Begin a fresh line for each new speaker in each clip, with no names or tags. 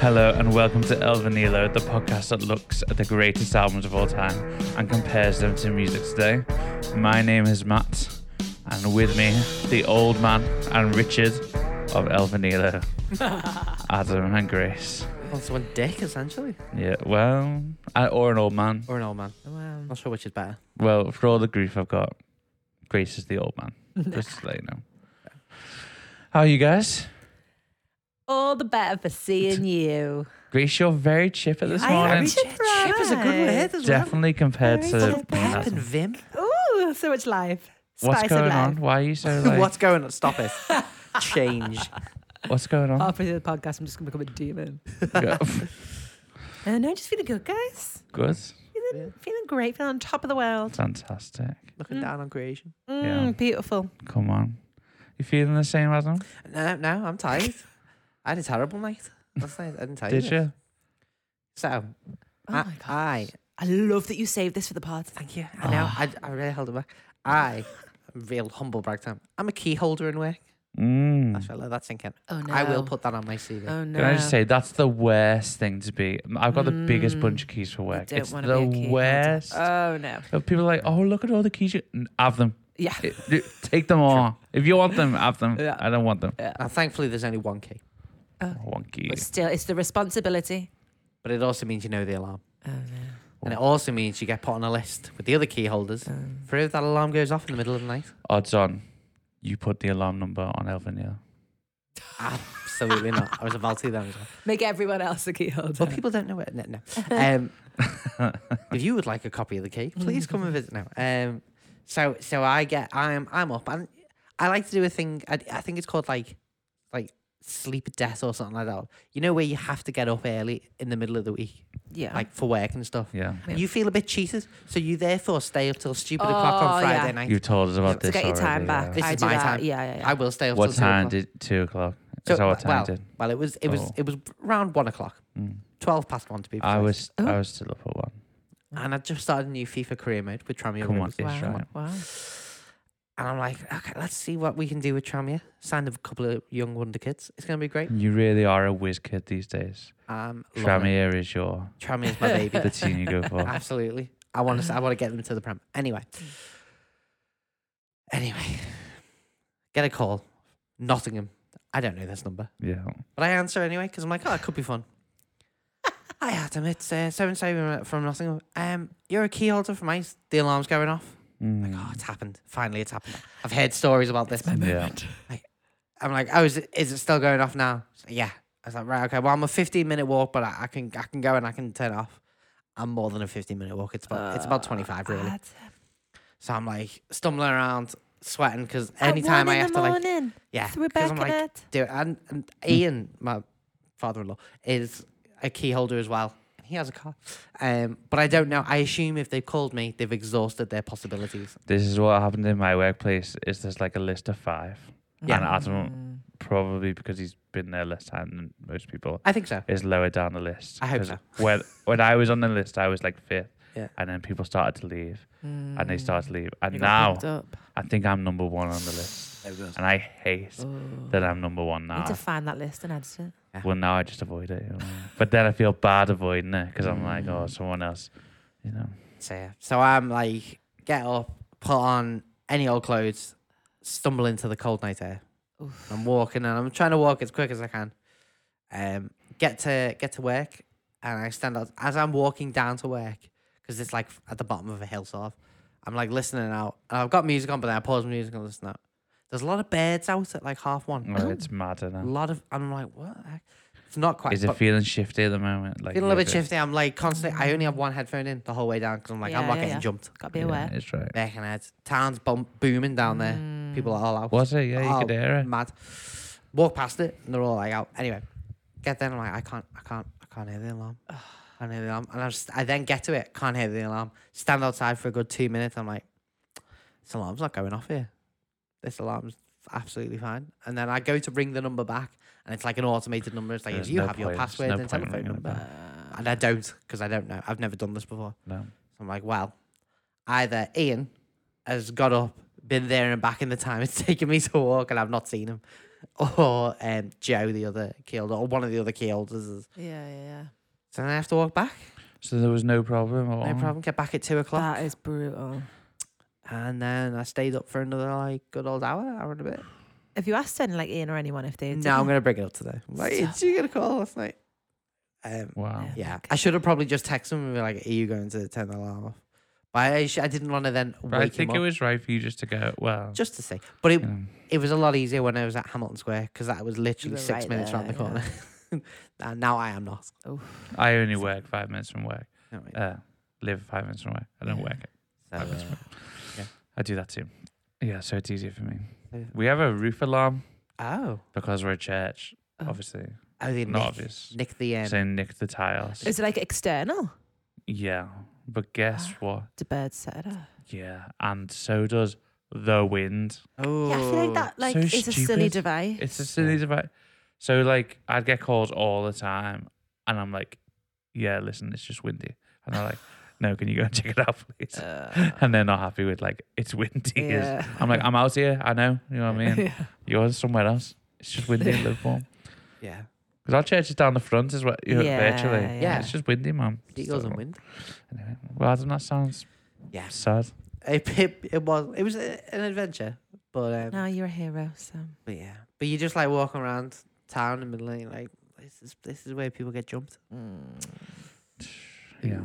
Hello and welcome to El Vinilo, the podcast that looks at the greatest albums of all time and compares them to music today. My name is Matt, and with me, the old man and Richard of El Vinilo, Adam and Grace.
That's one dick, essentially.
Yeah, well, I, or an old man.
Or an old man.
Wow.
Not sure which is better.
Well, for all the grief I've got, Grace is the old man. Just to let you know. How are you guys?
All the better for seeing you.
Grace, you're very chipper this morning.
actually- surprised.
Chip is a good word as
Definitely compared
Very
to
full
well.
of
me and
Pep and
Adam.
Vim.
Ooh, so much life. Spice
What's going
of life.
on? Why are you so like?
What's going on? Stop it. Change.
What's going on?
Halfway through Oh, the podcast, I'm just going to become a demon.
Go-
Uh, no, just feeling good, guys.
Good.
Yeah.
Feeling, feeling great. Feeling on top of the world.
Fantastic.
Looking down on creation.
Mm,
Yeah.
Beautiful.
Come on. You feeling the same, Adam?
No, no, I'm tired. I had a terrible night. Last night, I didn't tell
Did
this.
you?
So,
Oh
I,
my God.
I,
I love that you saved this for the pod.
thank you. I know,
Ah.
I, I really held it back. I, real humble brag time. I'm a key holder in work.
Mm.
That's right, let that sink in.
Oh, no.
I will put that on my CV.
Oh, no. Mm.
Can I just say that's the worst thing to be? I've got the biggest bunch of keys for work.
don't
It's
wanna
the
be a key holder.
worst.
Oh, no.
Of People are like, oh, look at all the keys. You N- have them.
Yeah.
It- it- Take them all. If you want them, have them.
Yeah.
I don't want them.
And thankfully, there's only one key.
One key.
But still, it's the responsibility.
But it also means you know the alarm.
Oh, no.
And it also means you get put on a list with the other key holders
Oh,
for if that alarm goes off in the middle of the night.
Odds on, you put the alarm number on Elvin Hill.
Absolutely not. I was about to then. as well.
Make everyone else a key holder.
But people don't know it. No, no. Um, if you would like a copy of the key, please come and visit now. Um, so, so I get, I'm, I'm up, and I like to do a thing. I, I think it's called like, like sleep death or something like that. You know where you have to get up early in the middle of the week,
Yeah.
like for work and stuff.
Yeah.
Yeah.
You feel a bit cheated, so you therefore stay up till stupid o'clock on
Oh, yeah.
Friday night.
You've told us about
to
this
get your time
already, yeah.
back.
This
I
is
do
my
that.
time.
Yeah, yeah, yeah.
I will stay up
What
till two
time
o'clock.
did two o'clock? Is
So, uh,
that what time
well,
you did?
well, it was it was
Oh.
it was around one o'clock,
Mm.
twelve past one to be precise.
I was I
Oh.
was still up at one.
and I just started a new FIFA career mode with Tramier.
Come on,
Rivers.
Ish,
wow.
right?
Wow.
and I'm like, okay, let's see what we can do with Tramier. Signed a couple of young wonder kids. It's gonna be great.
You really are a whiz kid these days.
Um,
Tramier is your
Tramier's my baby.
the team you go for.
Absolutely. I want to. I want to get them to the prem. Anyway. Anyway, get a call, Nottingham. I don't know this number.
Yeah.
But I answer anyway because I'm like, oh, it could be fun. Hi, Adam. It's uh, so and so from Nottingham. Um, you're a key holder for mine. The alarm's going off.
Mm.
Oh, it's happened. Finally, it's happened. I've heard stories about this.
yeah.
I'm like, oh, is it, is it still going off now? She's like, yeah. I was like, right, okay. Well, I'm a 15 minute walk, but I, I can I can go and I can turn it off. I'm more than a 15 minute walk. It's about it's about 25 really.
At,
so I'm like stumbling around, sweating because
at
anytime I
one in
have
the
to like
morning.
yeah,
Through
'cause I'm
back in Mm.
like,
it.
do it. And, and Ian, my father-in-law, is a key holder as well. and He has a car, um, but I don't know. I assume if they've called me, they've exhausted their possibilities.
This is what happened in my workplace. Is there's like a list of five,
Yeah.
and Adam probably because he's been there less time than most people
I think so.
is lower down the list.
I hope
'Cause
so.
When when I was on the list, I was like fifth.
Yeah. Mm.
And then people started to leave,
Mm-hmm.
and they started to leave, and
You got
now
picked up.
I think I'm number one on the list, and I hate that I'm number one
Need
now.
to find that list and add it.
Well, now I just avoid it. you know. but then I feel bad avoiding it because I'm like,
Mm.
oh, someone else, you know.
So yeah. So I'm like, get up, put on any old clothes, stumble into the cold night air. I'm walking and I'm trying to walk as quick as I can. Um, get to get to work, and I stand out as I'm walking down to work because it's like at the bottom of a hill sort of. I'm like listening out, and I've got music on, but then I pause the music and listen out. There's a lot of birds out at like half one.
Oh, it's mad
A
now.
lot of, and I'm like, what? the heck? It's not quite.
Is it
but-
feeling shifty at the moment? Like
feeling a little bit
you're
shifty. I'm like constantly. I only have one headphone in the whole way down because I'm like,
Yeah,
I'm not
yeah,
getting
yeah.
jumped.
Gotta be
Yeah,
aware.
it's right.
Birkenhead. Town's bom- booming down there.
Mm.
People are all out.
Was it? Yeah, you could
Oh,
hear it.
Mad. Walk past it and they're all like out. Anyway, get there and I'm like, I can't, I can't, I can't hear the alarm. I can't hear the alarm. And I, just, I then get to it, can't hear the alarm. Stand outside for a good two minutes. I'm like, this alarm's not going off here. This alarm's absolutely fine. And then I go to ring the number back and it's like an automated number. It's like,
There's
if you
no
have
point.
your
There's
password
no
and
point
telephone
ringing it
number. And I don't because I don't know. I've never done this before.
No.
So I'm like, well, either Ian has got up, been there and back in the time it's taken me to walk, and I've not seen him, or um, Joe, the other killed, or one of the other killed. So
Yeah, yeah, yeah.
then I have to walk back.
So there was no problem. At all.
No problem. Get back at two o'clock.
That is brutal.
And then I stayed up for another like good old hour, hour and a bit.
Have you asked any like Ian or anyone if they? had
No, I'm
taken-
gonna bring it up today. I'm Like,
Stop.
did you get a call last night? Um,
Wow.
Yeah.
yeah,
Okay.
I should have probably just texted him and be like, "Are you going to turn the alarm off?" But I, sh- I didn't want to then wake
But I
him
think
up
it was right for you just to go. Well,
just to see. But it
you know,
it was a lot easier when I was at Hamilton Square because that was literally
were
six
right
minutes
there,
round the
yeah.
corner. and now I am not.
I only work five minutes from work.
No, wait.
Uh, live five minutes from work. I don't
Yeah.
work it.
So,
five minutes
uh,
from
yeah.
work. I do that too. Yeah, so it's easier for me.
Yeah.
We have a roof alarm
oh,
because we're a church.
Oh.
Obviously,
oh, they
not
nick,
obvious.
nick the um,
So nick the tiles.
Is it like external?
yeah, but guess what?
The uh, bird set it up.
Yeah, and so does the wind.
Oh,
Yeah, I feel like that like
so
is a silly
stupid.
device.
It's a silly device. So like I'd get calls all the time and I'm like, Yeah, listen, it's just windy. And they're like, No, can you go and check it out, please? and they're not happy with like it's windy. is-
Uh, Yeah.
I'm like, I'm out here, I know, you know what I mean?
Yeah.
You're somewhere else. It's just windy in Liverpool.
Yeah,
Because our church is down the front as well, you know, virtually.
Yeah,
yeah.
It's just windy, man.
seagulls
So,
and wind.
Anyway, well, doesn't that sound
Yeah.
sad?
It, it, it was it was a- an adventure, but um,
Now you're a hero, Sam.
But yeah, but you just like walking around town in the middle, and you're like this is this is where people get jumped.
Mm, Yeah.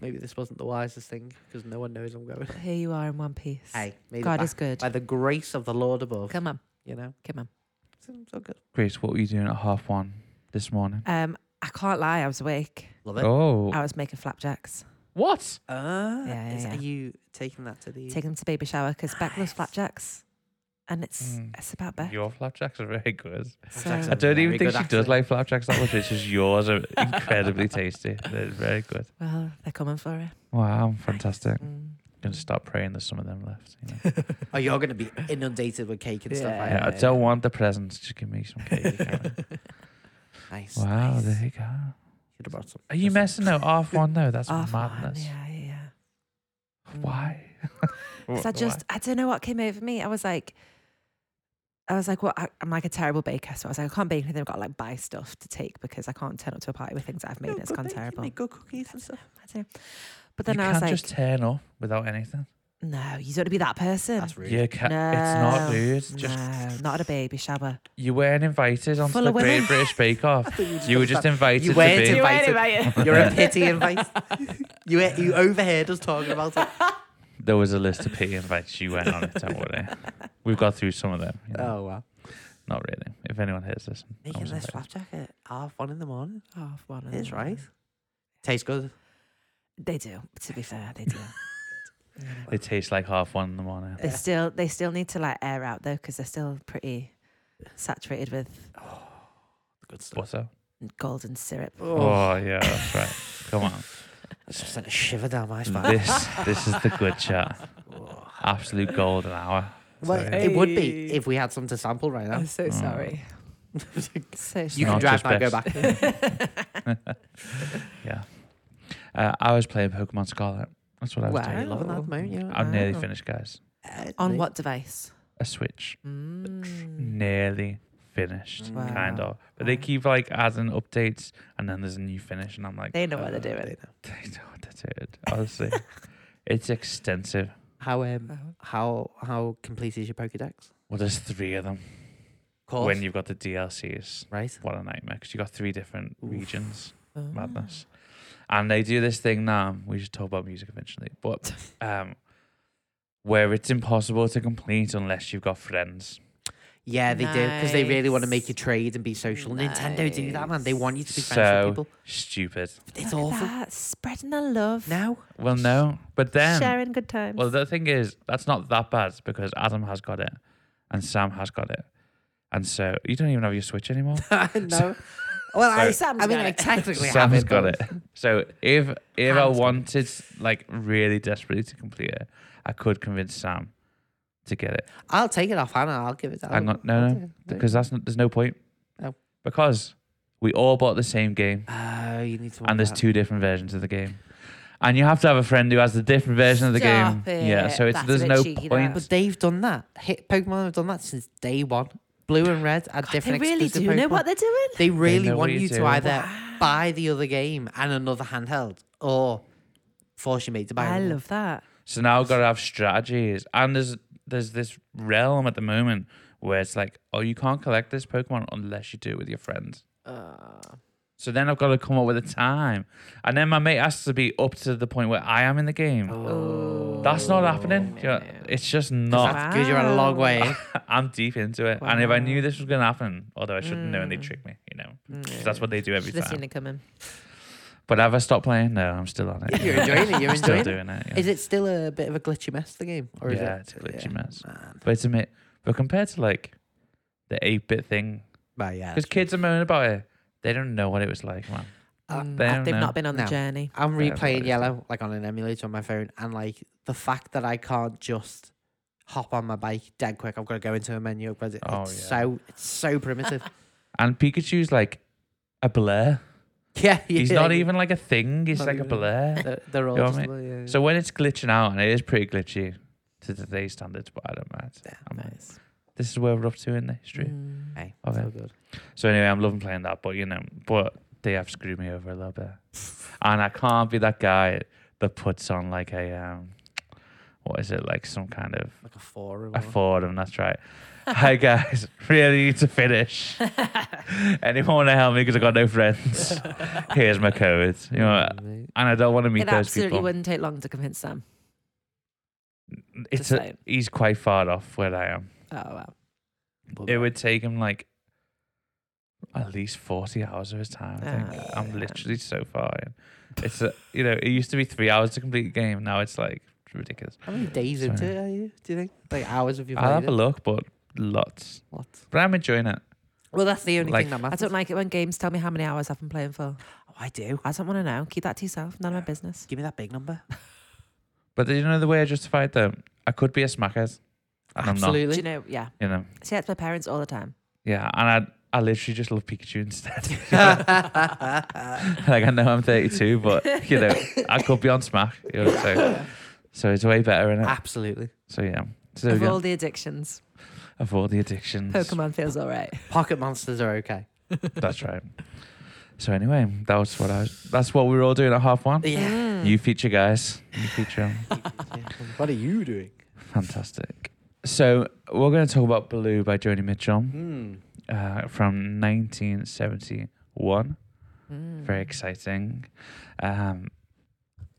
Maybe this wasn't the wisest thing because no one knows I'm going.
But here you are in one piece.
Hey, made it
God
back
is good.
by the grace of the Lord above.
Come on,
You know,
come on.
it's, it's all good.
Grace, what were you doing at half one this morning?
Um, I can't lie. I was awake.
Love it.
Oh,
I was making flapjacks.
what?
Ah,
Yeah, yeah,
is-
yeah.
Are you taking that to the?
Taking them to baby shower because Beck loves
Nice.
flapjacks, and it's
Mm.
it's about Beck.
Your flapjacks are very good.
So,
Flapjacks
I don't
Very
even think
good
she
accent.
does like flapjacks that much. It's just yours are incredibly tasty. They're very good.
well, they're coming for it.
Wow, fantastic.
Mm.
Gonna start praying there's some of them left. you know.
oh, you're going to be inundated with cake and stuff.
Yeah.
Like
Yeah, I
that.
don't want the presents. Just give me some cake. Karen.
Nice.
wow,
nice.
there you go.
Should have brought some.
Are you
just-
messing? No, half one though. That's
Off one,
madness.
Yeah, yeah, yeah. Mm.
Why?
'Cause
Wh-
I just, I don't know what came over me. I was like, I was like, what? I, I'm like a terrible baker. So I was like, I can't bake anything. I've got to like buy stuff to take because I can't turn up to a party with things that I've made.
No,
and it's
good
gone
thing you
terrible.
Make good cookies and stuff.
I don't know. But
why?
then
you
I was
can't
like,
just turn up without anything.
no, you don't want to be that person.
That's rude.
You ca- It's not,
No,
dude. Just
no, not at a baby shower.
you weren't invited onto
Full
the
of women.
Great British Bake Off. you were just invited
You
to
weren't
be.
invited. You're a pity invite. you you overheard us talking about it.
There was a list of pity invites. You went on it. Don't worry. We've got through some of them. you know.
Oh wow.
Not really. If anyone hears this, I
Making
was
this
invited.
flapjack at half one in the morning.
Half one.
It is right. Tastes good.
They do. To be fair, they do.
They taste like half one in the morning.
They still, they still need to like air out though because they're still pretty saturated with
Good stuff.
Butter.
golden syrup.
Oh, yeah, that's right. Come on.
It's just sent a shiver down my spine.
This this is the good chat.
Oh.
Absolute golden hour.
well,
So-
it would be
Hey.
if we had some to sample right now.
so
sorry.
So
You
Not
can drive
just
now, go
best.
back.
Yeah. Uh, I was playing Pokemon Scarlet. That's what I was
Wow.
Are you
doing.
loving that at the moment? You know?
I nearly
Wow.
finished, guys.
Uh,
On
me-
what device?
A Switch.
Mm.
Nearly finished,
Wow.
kind of. But they
Wow.
keep like adding updates, and then there's a new finish, and I'm like,
They know what
Uh,
they're doing.
they know.
they know what they're doing. Honestly, it's extensive.
How um how how complete is your Pokédex?
Well, there's three of them.
Course.
When you've got the DLCs,
right.
what a nightmare! Because you got three different regions.
Oh.
madness. And they do this thing now. We should talk about music eventually, but um, where it's impossible to complete unless you've got friends.
Yeah, they do because they really want to make
Nice.
you trade and be social. Nintendo do that, man. They want you to be friends
So-
with people.
Stupid.
It's
Look at
awful.
that, spreading the love.
Now
Well, no. But then,
Sharing good times.
well, the thing is, that's not that bad because Adam has got it, and Sam has got it, and so you don't even have your Switch anymore.
no. Well, I,
Sam's
I mean,
got
I
it.
technically have
Sam's
it,
got
but-
it. So if if I
Sam's got it.
wanted like really desperately to complete it, I could convince Sam to get it.
I'll take it off Hannah. I'll give it.
Hang
I'll-
on, no,
I'll
no,
take it.
because that's not, there's no point.
No.
Because we all bought the same game,
Oh, you need to.
and there's two different versions of the game, and you have to have a friend who has the different version of the
Stop
game. Yeah,
it.
so it's
That's a
there's
bit
no
cheeky,
point.
that.
But they've done that. Hit Pokemon have done that since day one. blue and red are
they
different.
really do
exclusive
know
Pokemon.
what they're doing.
They really
know what
want
you're
you to
doing.
either buy the other game and another handheld, or force your mate to buy.
I
another one.
love that.
So now I've got to have strategies. And there's there's this realm at the moment where it's like, oh, you can't collect this Pokemon unless you do it with your friends. So then I've got to come up with a time. And then my mate has to be up to the point where I am in the
Uh,
game.
Oh.
That's not happening. Do you know,
Oh,
it's just not.
That's good. You're a long way. in.
I'm deep into it. And if I knew this was going to happen, although I shouldn't know and they
Mm.
trick me, you know.
Mm.
That's what they do every
Should have
time.
seen it coming.
But have I stopped playing? No, I'm still on it.
You're enjoying it. You're
I'm still
enjoying it.
doing it. yeah.
Is it still a bit of a glitchy mess? The game, or is
yeah,
it?
it's a glitchy mess.
Man.
But it's a bit, but compared to like the 8 bit thing,
But yeah,
because kids are moaning about it, they don't know what it was like, man.
Uh,
Um,
They don't
Mm. They've
know.
not been on the
No.
journey.
I'm
Fair enough,
replaying
it's
Yellow like on an emulator on my phone, and like the fact that I can't just hop on my bike dead quick. I've got to go into a menu. But it,
Oh,
it's
yeah.
so it's so primitive.
And Pikachu's like a blur.
yeah,
He's
yeah,
not
yeah.
even like a thing. He's
Not
like a
even.
blur.
They're, they're all
You know
just
what I
like, yeah, yeah.
So when it's glitching out, and it is pretty glitchy to today's standards, but I don't mind. I'm like,
Nice.
This is where we're up to in the history.
Mm.
Hey,
of
so
it.
good.
So anyway, I'm loving playing that, but you know, but they have screwed me over a little bit, and I can't be that guy that puts on like a um, what is it like some kind of
Like a forum.
a forum? That's right. Hi guys, really need to finish. Anyone want to help me because I got no friends? Here's my code. You know, and I don't want to meet
It
those
absolutely
people.
wouldn't take long to convince Sam.
It's
just
a,
saying.
he's quite far off where I am.
Oh wow.
It would take him like at least forty hours of his time. I think.
Oh,
I'm
yeah.
literally so far in. It's a, you know, it used to be three hours to complete a game. Now it's like ridiculous.
How many days into
Sorry.
it are you? Do you think like hours of your
I'll
played
have a
it?
look, but lots.
What?
But I'm enjoying it.
Well, that's the only
Like-
thing that
I
matters.
don't like it when games tell me how many hours I've been playing for.
Oh, I do.
I don't want to know. Keep that to yourself. None of my business.
Give me that big number.
But you know the way I justified them, I could be a smackhead, and
Absolutely.
Do you know? Yeah.
I'm not. You know,
See, that's my parents all the time.
yeah. And I, I literally just love Pikachu instead. like I know I'm 32, but you know I could be on smack. You know, so, so it's way better
Ah.
in it.
Absolutely.
So yeah. So
of
yeah,
all the addictions,
avoid the addictions.
Pokemon feels all right.
Pocket monsters are okay.
That's right. So anyway, that was what I. That's what we were all doing at half one.
Yeah.
Mm.
You feature guys. You feature.
what are you doing?
Fantastic. So we're going to talk about Blue by Joni Mitchell
Hmm.
uh, from 1971.
Mm.
Very exciting. Um,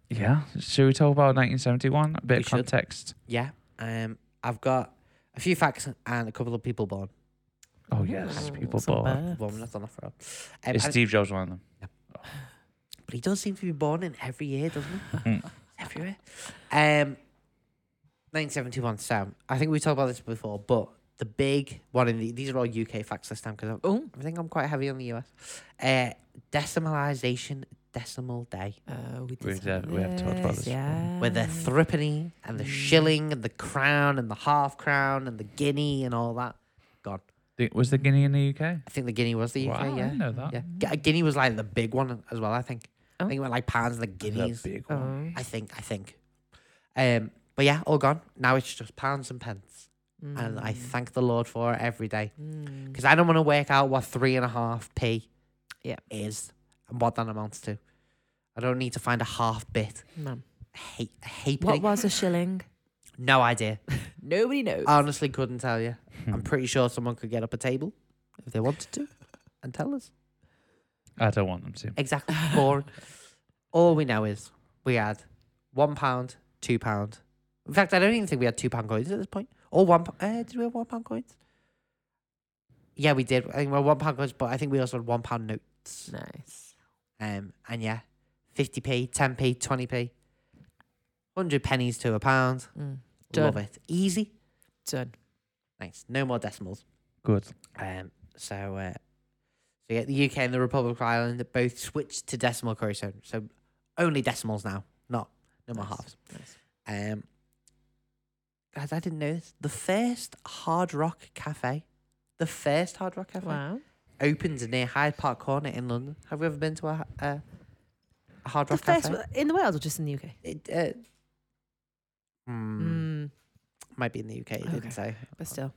yeah. Should we talk about 1971? A bit
We
of
should.
context.
Yeah. Um, I've got a few facts and a couple of people born.
Oh yes, people
Some
bought.
birth.
Well, that's on offer. Um,
Is
and-
Steve Jobs one of them?
but he does seem to be born in every year, doesn't he?
Mm.
Everywhere. Um, 1971. So I think we talked about this before, but the big one in the these are all UK facts this time because
Oh.
I think I'm quite heavy on the US. Uh, decimalization, decimal day.
Oh, we did.
We
say
did- we have talked about this before.
Yeah.
With the threepenny and the shilling and the crown and the half crown and the guinea and all that. God,
The- Was the Guinea in the UK?
I think the guinea was the UK.
wow, I
yeah,
didn't know that. Mm.
yeah. Gu- Guinea was like the big one as well. I think. I
Oh.
think it went like pounds and the guineas.
The big one.
Oh.
I think. I think. Um, but yeah, all gone. Now it's just pounds and pence, and
Mm.
I thank the Lord for it every day
Mm.
because I don't want to work out what three and a half p
Yeah.
is and what that amounts to. I don't need to find a half bit.
No.
A hate, a hate
What was a shilling?
No idea.
Nobody knows.
Honestly, couldn't tell you. I'm pretty sure someone could get up a table if they wanted to and tell us. Oh.
I don't want them to.
Exactly. Boring. All we know is we had one pound, two pound. In fact, I don't even think we had two pound coins at this point. Or one. p- Uh, did we have one pound coins? Yeah, we did. I think we had one pound coins, but I think we also had one pound notes.
nice.
Um, and yeah, fifty p, ten p, twenty p, hundred pennies to a pound.
Mm.
Love
Done.
it. Easy.
Done.
Thanks. No more decimals.
Good.
Um, so, uh, so yeah, the UK and the Republic of Ireland both switched to decimal currency, so only decimals now, not no more
Nice.
halves.
Nice.
Um, guys, I didn't know this. The first Hard Rock Cafe, the first Hard Rock Cafe,
Wow.
opened near Hyde Park Corner in London. Have you ever been to a, a, a Hard
The
Rock
first
Cafe?
one- in the world or just in the UK?
It, uh, hmm,
Mm.
might be in the UK. It
Okay.
didn't say.
Mm. Oh, But still.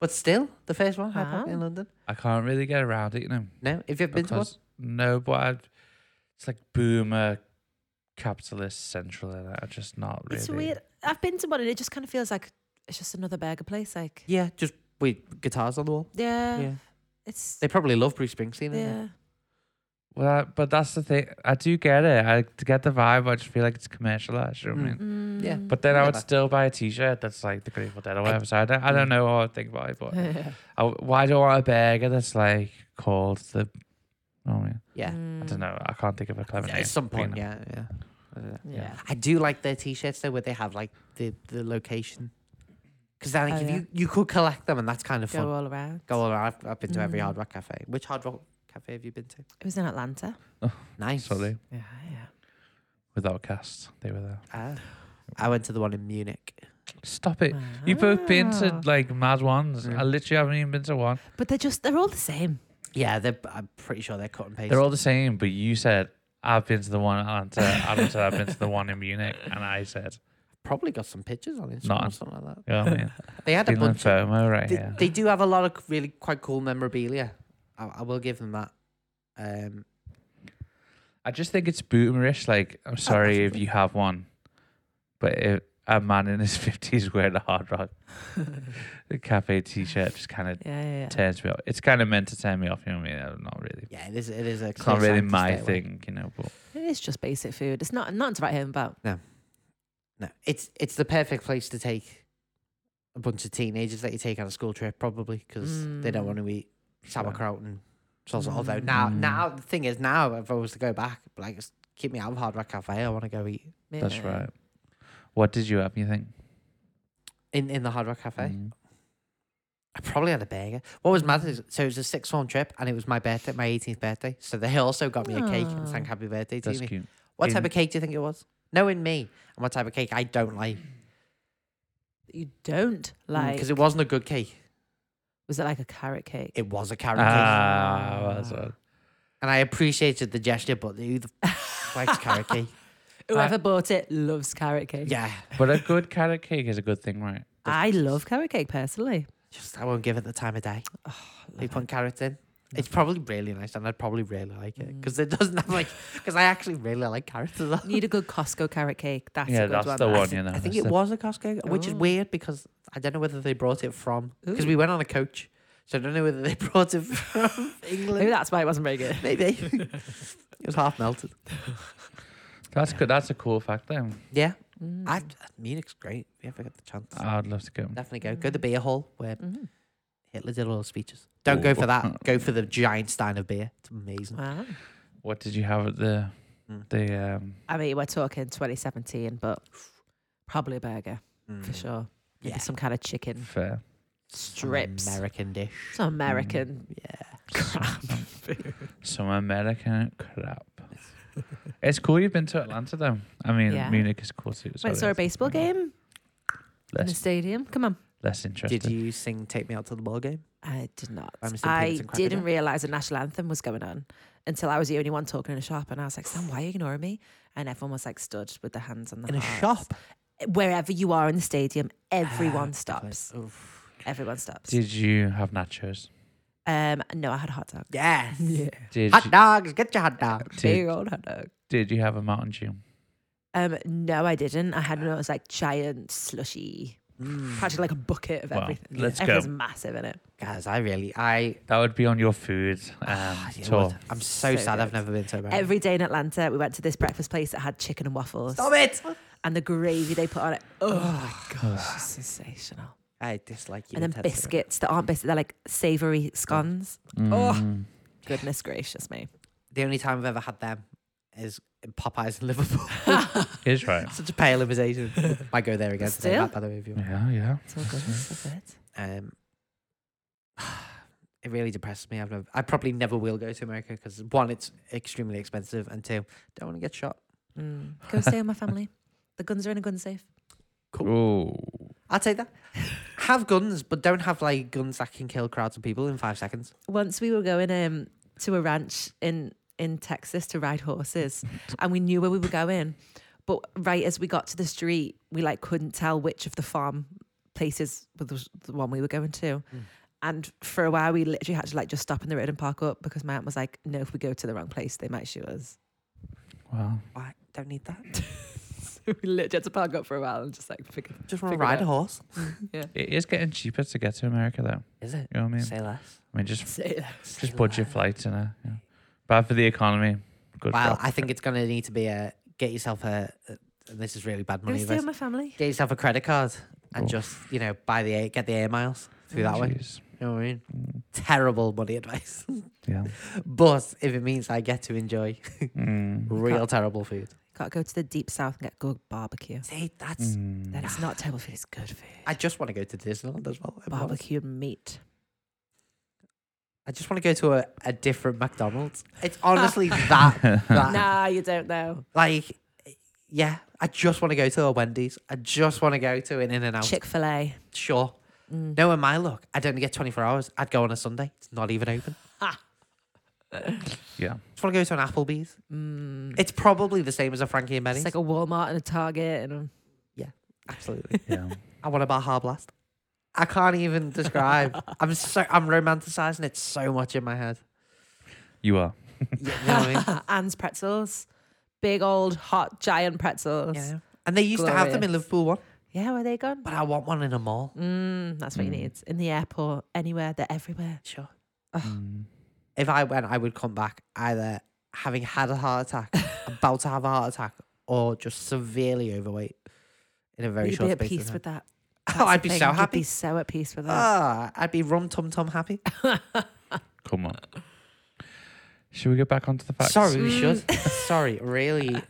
But still, the first one, Hyde Park
Wow.
in London.
I can't really get around eating them.
No, if you've been to one,
because no, but I'd, it's like boomer, capitalist central, and I just not really.
It's weird. I've been to one and it just kind of feels like it's just another burger place. Like,
yeah, just with guitars on the wall.
yeah,
Yeah,
it's
they probably love Bruce Springsteen. don't they?
yeah.
Well, I- but that's the thing. I do get it. I d- get the vibe. I just feel like it's commercialized. You know what I
Mm.
mean?
Yeah.
Mm.
But then I
Yeah,
would
but-
still buy a T-shirt that's like the Grateful Dead or whatever. So I Mm. don't, I don't know what I would think about it. But
yeah.
I, why do I want a burger that's like called the? Oh yeah,
yeah.
Mm.
I don't know. I can't think of a clever name.
At some
you know.
point, yeah, yeah. I don't know.
Yeah.
I do like their t-shirts though, where they have like the the location, because I think
Oh,
if
yeah.
you you could collect them, and that's kind of fun.
Go all around.
Go all around. I've, I've been to every
Mm.
Hard Rock Cafe. Which Hard Rock Cafe have you been to?
It was in Atlanta.
Nice.
Sorry,
Yeah, yeah.
without cast, they were there.
Ah. I went to the one in Munich.
Stop it. You both been to
Wow.
like mad ones.
Mm.
I literally haven't even been to one.
Ah. But they're just they're all the same.
Yeah, they're, I'm pretty sure they're cut and paste.
They're all the same, but you said I've been to the one in Atlanta. Adam said I've been to the one in Munich, and I said,
probably got some pictures on Instagram
Not
or
on-
something like that.
"Oh man,
They had a
feeling
bunch. Of,
FOMO right
they,
here."
they do have a lot of really quite cool memorabilia. I, I will give them that. Um,
I just think it's boomerish. Like, I'm sorry if
absolutely.
you have one, but if a man in his fifties wearing a Hard Rock the cafe T-shirt just kind of
Yeah, yeah, yeah.
turns me off. It's kind of meant to turn me off. You know what I mean? I'm not really.
yeah, it is. It is a.
It's not
clear
really
sign to
my
stay away.
thing, you know. But
It is just basic food. It's not not to write home about.
No, it's it's the perfect place to take a bunch of teenagers that you take on a school trip, probably because they don't
Mm.
want to eat sauerkraut and sauce. Although
Mm.
now, now the thing is, now if I was to go back, like just keep me out of Hard Rock Cafe, I want to go eat
that's
Yeah.
right. What did you have? You think?
in in the Hard Rock Cafe.
Mm.
I probably had a burger. What was mad is so it was a six form trip and it was my birthday, my 18th birthday. So they also got me a cake and sang
Aw.
happy birthday to
Ah. That's
me.
cute.
What type
In-
of cake do you think it was? Knowing me and what type of cake I don't like
You don't like
because it wasn't a good cake.
was it like a carrot cake?
It was a carrot cake.
Ah, well, that's what-
And I appreciated the gesture, but who the f- likes carrot cake?
Whoever bought it loves carrot cake.
Yeah,
but a good carrot cake is a good thing, right?
I love carrot cake personally.
just I won't give it the time of day.
love
they put carrots in. It's probably really nice, and I'd probably really like it
Mm.
because it doesn't have like because I actually really like carrots. as well.
Need a good Costco carrot cake. That's
yeah,
a good
that's
one.
the
I
one.
think-
You know,
I think
that's
it
the-
was a Costco, which is
Oh.
weird because I don't know whether they brought it from because
Ooh.
we went on a coach, so I don't know whether they brought it from
Maybe
England.
that's why it wasn't very good.
Maybe it was half melted.
That's good. That's a cool fact. Then
Yeah,
Mm. Um,
I, Munich's great. If you ever get the chance,
I'd love to go.
definitely go. Go
mm.
to the beer hall where
Mhm.
Hitler did all the speeches.
Oh.
Don't go for that. Go for the giant stein of beer. It's amazing.
Wow.
What did you have at the
Mm.
the? Um,
I mean, we're talking 2017, but probably a burger
Mm.
for sure. Maybe
Yeah.
some kind of chicken
fair.
strips.
American dish.
Some American.
Yeah.
Some American crap. it's cool you've been to Atlanta though. I mean,
Yeah.
Munich is cool too.
Went
Sorry, Mm.
and saw a
that's-
baseball game in the
Less,
stadium. Come on.
less
Did
interesting.
you sing "Take Me Out to the Ball Game"?
I did not.
By Mr.
I
Pinkton Cracker
didn't
Jack?
realize a national anthem was going on until I was the only one talking in a shop, and I was like, "Sam, why are you ignoring me?" And everyone was like stood with their hands on the
In a
hearts.
shop.
Wherever you are in the stadium, everyone
Ah,
stops.
Oof.
Everyone stops.
Did you have nachos?
Um, no, I had a hot dog.
Yes.
Did
Hot
you,
dogs. Get your hot dogs.
did,
old hot dog.
did you have a Mountain Dew?
Um, no, I didn't. I had one that was like giant slushy,
Mm.
practically like a bucket of
Wow.
everything.
Let's go.
Everything's massive in it.
Guys, I really, I.
That would be on your food um,
Ah, you know
tour.
what? I'm so,
So
sad I've
good.
never been to America.
Every day in Atlanta, we went to this breakfast place that had chicken and waffles.
Stop it!
And the gravy they put on it. Oh, my
gosh.
gosh. Sensational.
I dislike you.
and then
intensely.
biscuits that aren't biscuits, they're like savory scones.
Mm.
Goodness gracious me.
The only time I've ever had them is in Popeyes in Liverpool.
Is right.
Such a pale imitation. I go there again. Today,
Still?
Matt, by the way, if you want.
Yeah, yeah.
It's all good. It's all good.
Um, it really depresses me. I've never, I probably never will go to America because one, it's extremely expensive, and two, don't want to get shot.
Mm. Go stay with my family. The guns are in a gun safe.
Ooh.
I'd say that. have guns, but don't have like guns that can kill crowds of people in five seconds.
Once we were going um, to a ranch in, in Texas to ride horses, and we knew where we were going. But right as we got to the street, we like couldn't tell which of the farm places with the the one we were going to. And for a while, we literally had to like just stop in the road and park up because my aunt was like, "No, if we go to the wrong place, they might shoot us."
Wow.
I don't need that. so we literally had to park up for a while and just like figure.
Just want to
Figure it
ride a
out.
horse.
It is getting cheaper to get to America, though.
Is it?
You know what I mean?
Say less.
I mean, just
Say that.
just budget flights and a you know. bad for the economy. Good.
Well,
for
I think it's gonna need to be a get yourself a. a this is really bad
Go
money.
stay
advice.
with my family.
Get yourself a credit card and
Oh.
just you know buy the air, get the air miles through that way.
Jeez.
You know what I mean? Terrible money advice.
Yeah.
but if it means I get to enjoy
Mm.
real terrible food,
Gotta go to the deep south and get good barbecue.
see that's.
Mm.
Then it's not terrible food; it's good food.
I just want to go to Disneyland as well. if I'm honest.
Barbecue meat.
I just want to go to a, a different McDonald's. It's honestly that, that
nah, you don't know.
like yeah. I just want to go to a Wendy's. I just want to go to an In and Out.
Chick Fil A.
Sure.
Mm.
No, in my luck, I'd only get 24 hours. I'd go on a Sunday. It's not even open.
Yeah.
just want to go to an Applebee's. It's probably the same as a Frankie and Benny's.
Mm. It's like a Walmart and a Target and. A-
Absolutely.
Yeah.
I want a Baja Blast. I can't even describe. I'm so I'm romanticizing it so much in my head.
You are.
You know what I mean?
Anne's pretzels. Big old hot giant pretzels.
You know? And they used to have them in
Glorious.
Liverpool one,
Yeah, where they gone?
but I want one in a mall.
Mm, that's what you need. In the airport, anywhere, they're everywhere.
Sure.
Mm.
If I went, I would come back either having had a heart attack, about to have a heart attack, or just severely overweight in a very
You'd
short
be at
space of
peace
time.
with that.
Oh,
That's
I'd
the
be
thing,
so
You'd
happy.
be so at peace with that.
Ah, I'd be rum tum tum happy.
Come on. Should we get back onto the facts?
Sorry, we should. Sorry, really.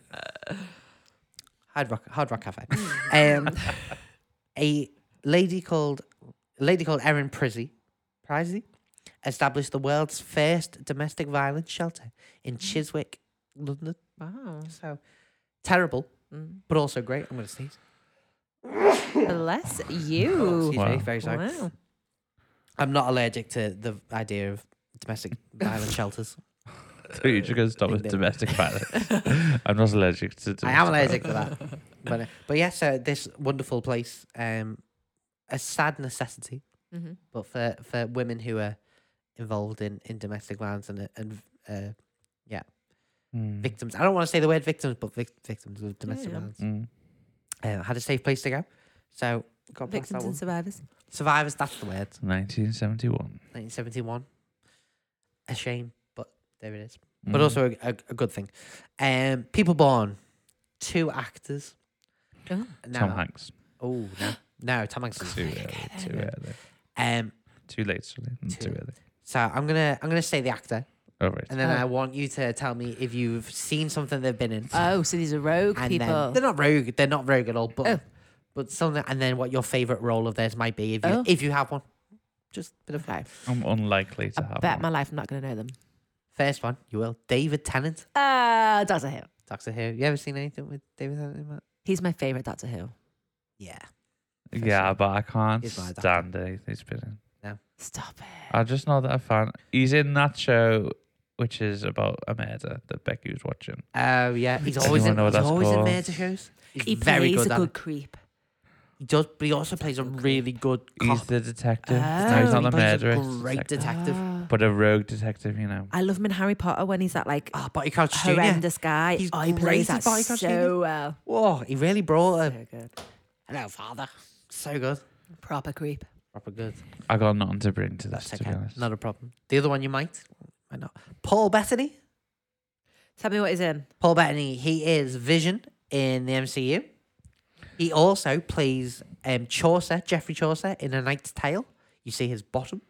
Hard Rock, Hard Rock Cafe. Um, a lady called a lady called Erin Prizzy, Prizzy, established the world's first domestic violence shelter in Chiswick, London.
wow.
So terrible,
Mm.
but also great. I'm gonna sneeze.
Bless you.
Excuse
Wow.
me, very sorry.
Wow.
I'm not allergic to the idea of domestic violence shelters.
So you just gonna stop with
Ding, ding.
domestic violence. I'm not allergic to. Domestic
I am allergic to that. But, uh, but yeah, so this wonderful place, um, a sad necessity,
Mhm.
but for, for women who are involved in, in domestic violence and, uh, and uh,
Mm.
victims. I don't want to say the word victims, but vic- victims of domestic
yeah.
violence.
Mm.
Uh, had a safe place to go. So got past that
Victims
one.
and survivors.
Survivors, that's the word.
1971.
1971. A shame, but there it is.
Mm.
But also a, a, a good thing. Um, People Born, two actors.
Oh.
Now,
Tom Hanks. uh,
Oh, no. No, Tom Hanks is
Too early. Too early.
Um,
Too late. Sorry. Mm, Too
Too-
early.
so I'm gonna I'm gonna say the actor,
Oh right.
and then
Oh.
I want you to tell me if you've seen something they've been in.
Oh, so these are rogue
and
people.
then they're not rogue. They're not rogue at all. But
Oh.
but something, and then what your favorite role of theirs might be if you
Oh.
if you have one. Just a bit of
Okay.
I'm unlikely to
I
have.
bet my
one.
life I'm not going to know them.
first one. You will. David Tennant,
Uh, Doctor Who.
Doctor Who. You ever seen anything with David Tennant? Matt?
He's my favorite Doctor Who.
Yeah.
Yeah, but I can't
He's my doctor.
stand anything he's been in.
Stop it.
I'm just not that fan. He's in that show, which is about a murder that Becky was watching.
Oh yeah. He's
Does
always
anyone
in.
know what
He's
that's
always in
called?
murder shows. He's
He
very
plays
good.
a
at
good
it.
creep.
He does, but he also plays a really good cop.
He's the detective. no, he's
Oh.
not the
He plays a
murderer. he's a
Great
detective.
detective.
Ah.
But a rogue detective, you know.
I love him in Harry Potter when he's that like
Ah, Bobby Crouch Jr.
horrendous guy.
He's
oh, he plays
great
that
as Bobby Crouch
so
Jr..
well.
Whoa, Oh, he really brought a
So good.
Hello, father. So good.
Proper creep.
Proper good.
I got nothing to bring to this,
That's
to be
okay.
honest.
Not a problem. The other one you might, might not. Paul Bettany.
Tell me what he's in.
Paul Bettany. He is Vision in the MCU. He also plays um, Chaucer, Geoffrey Chaucer, in A Knight's Tale. You see his bottom.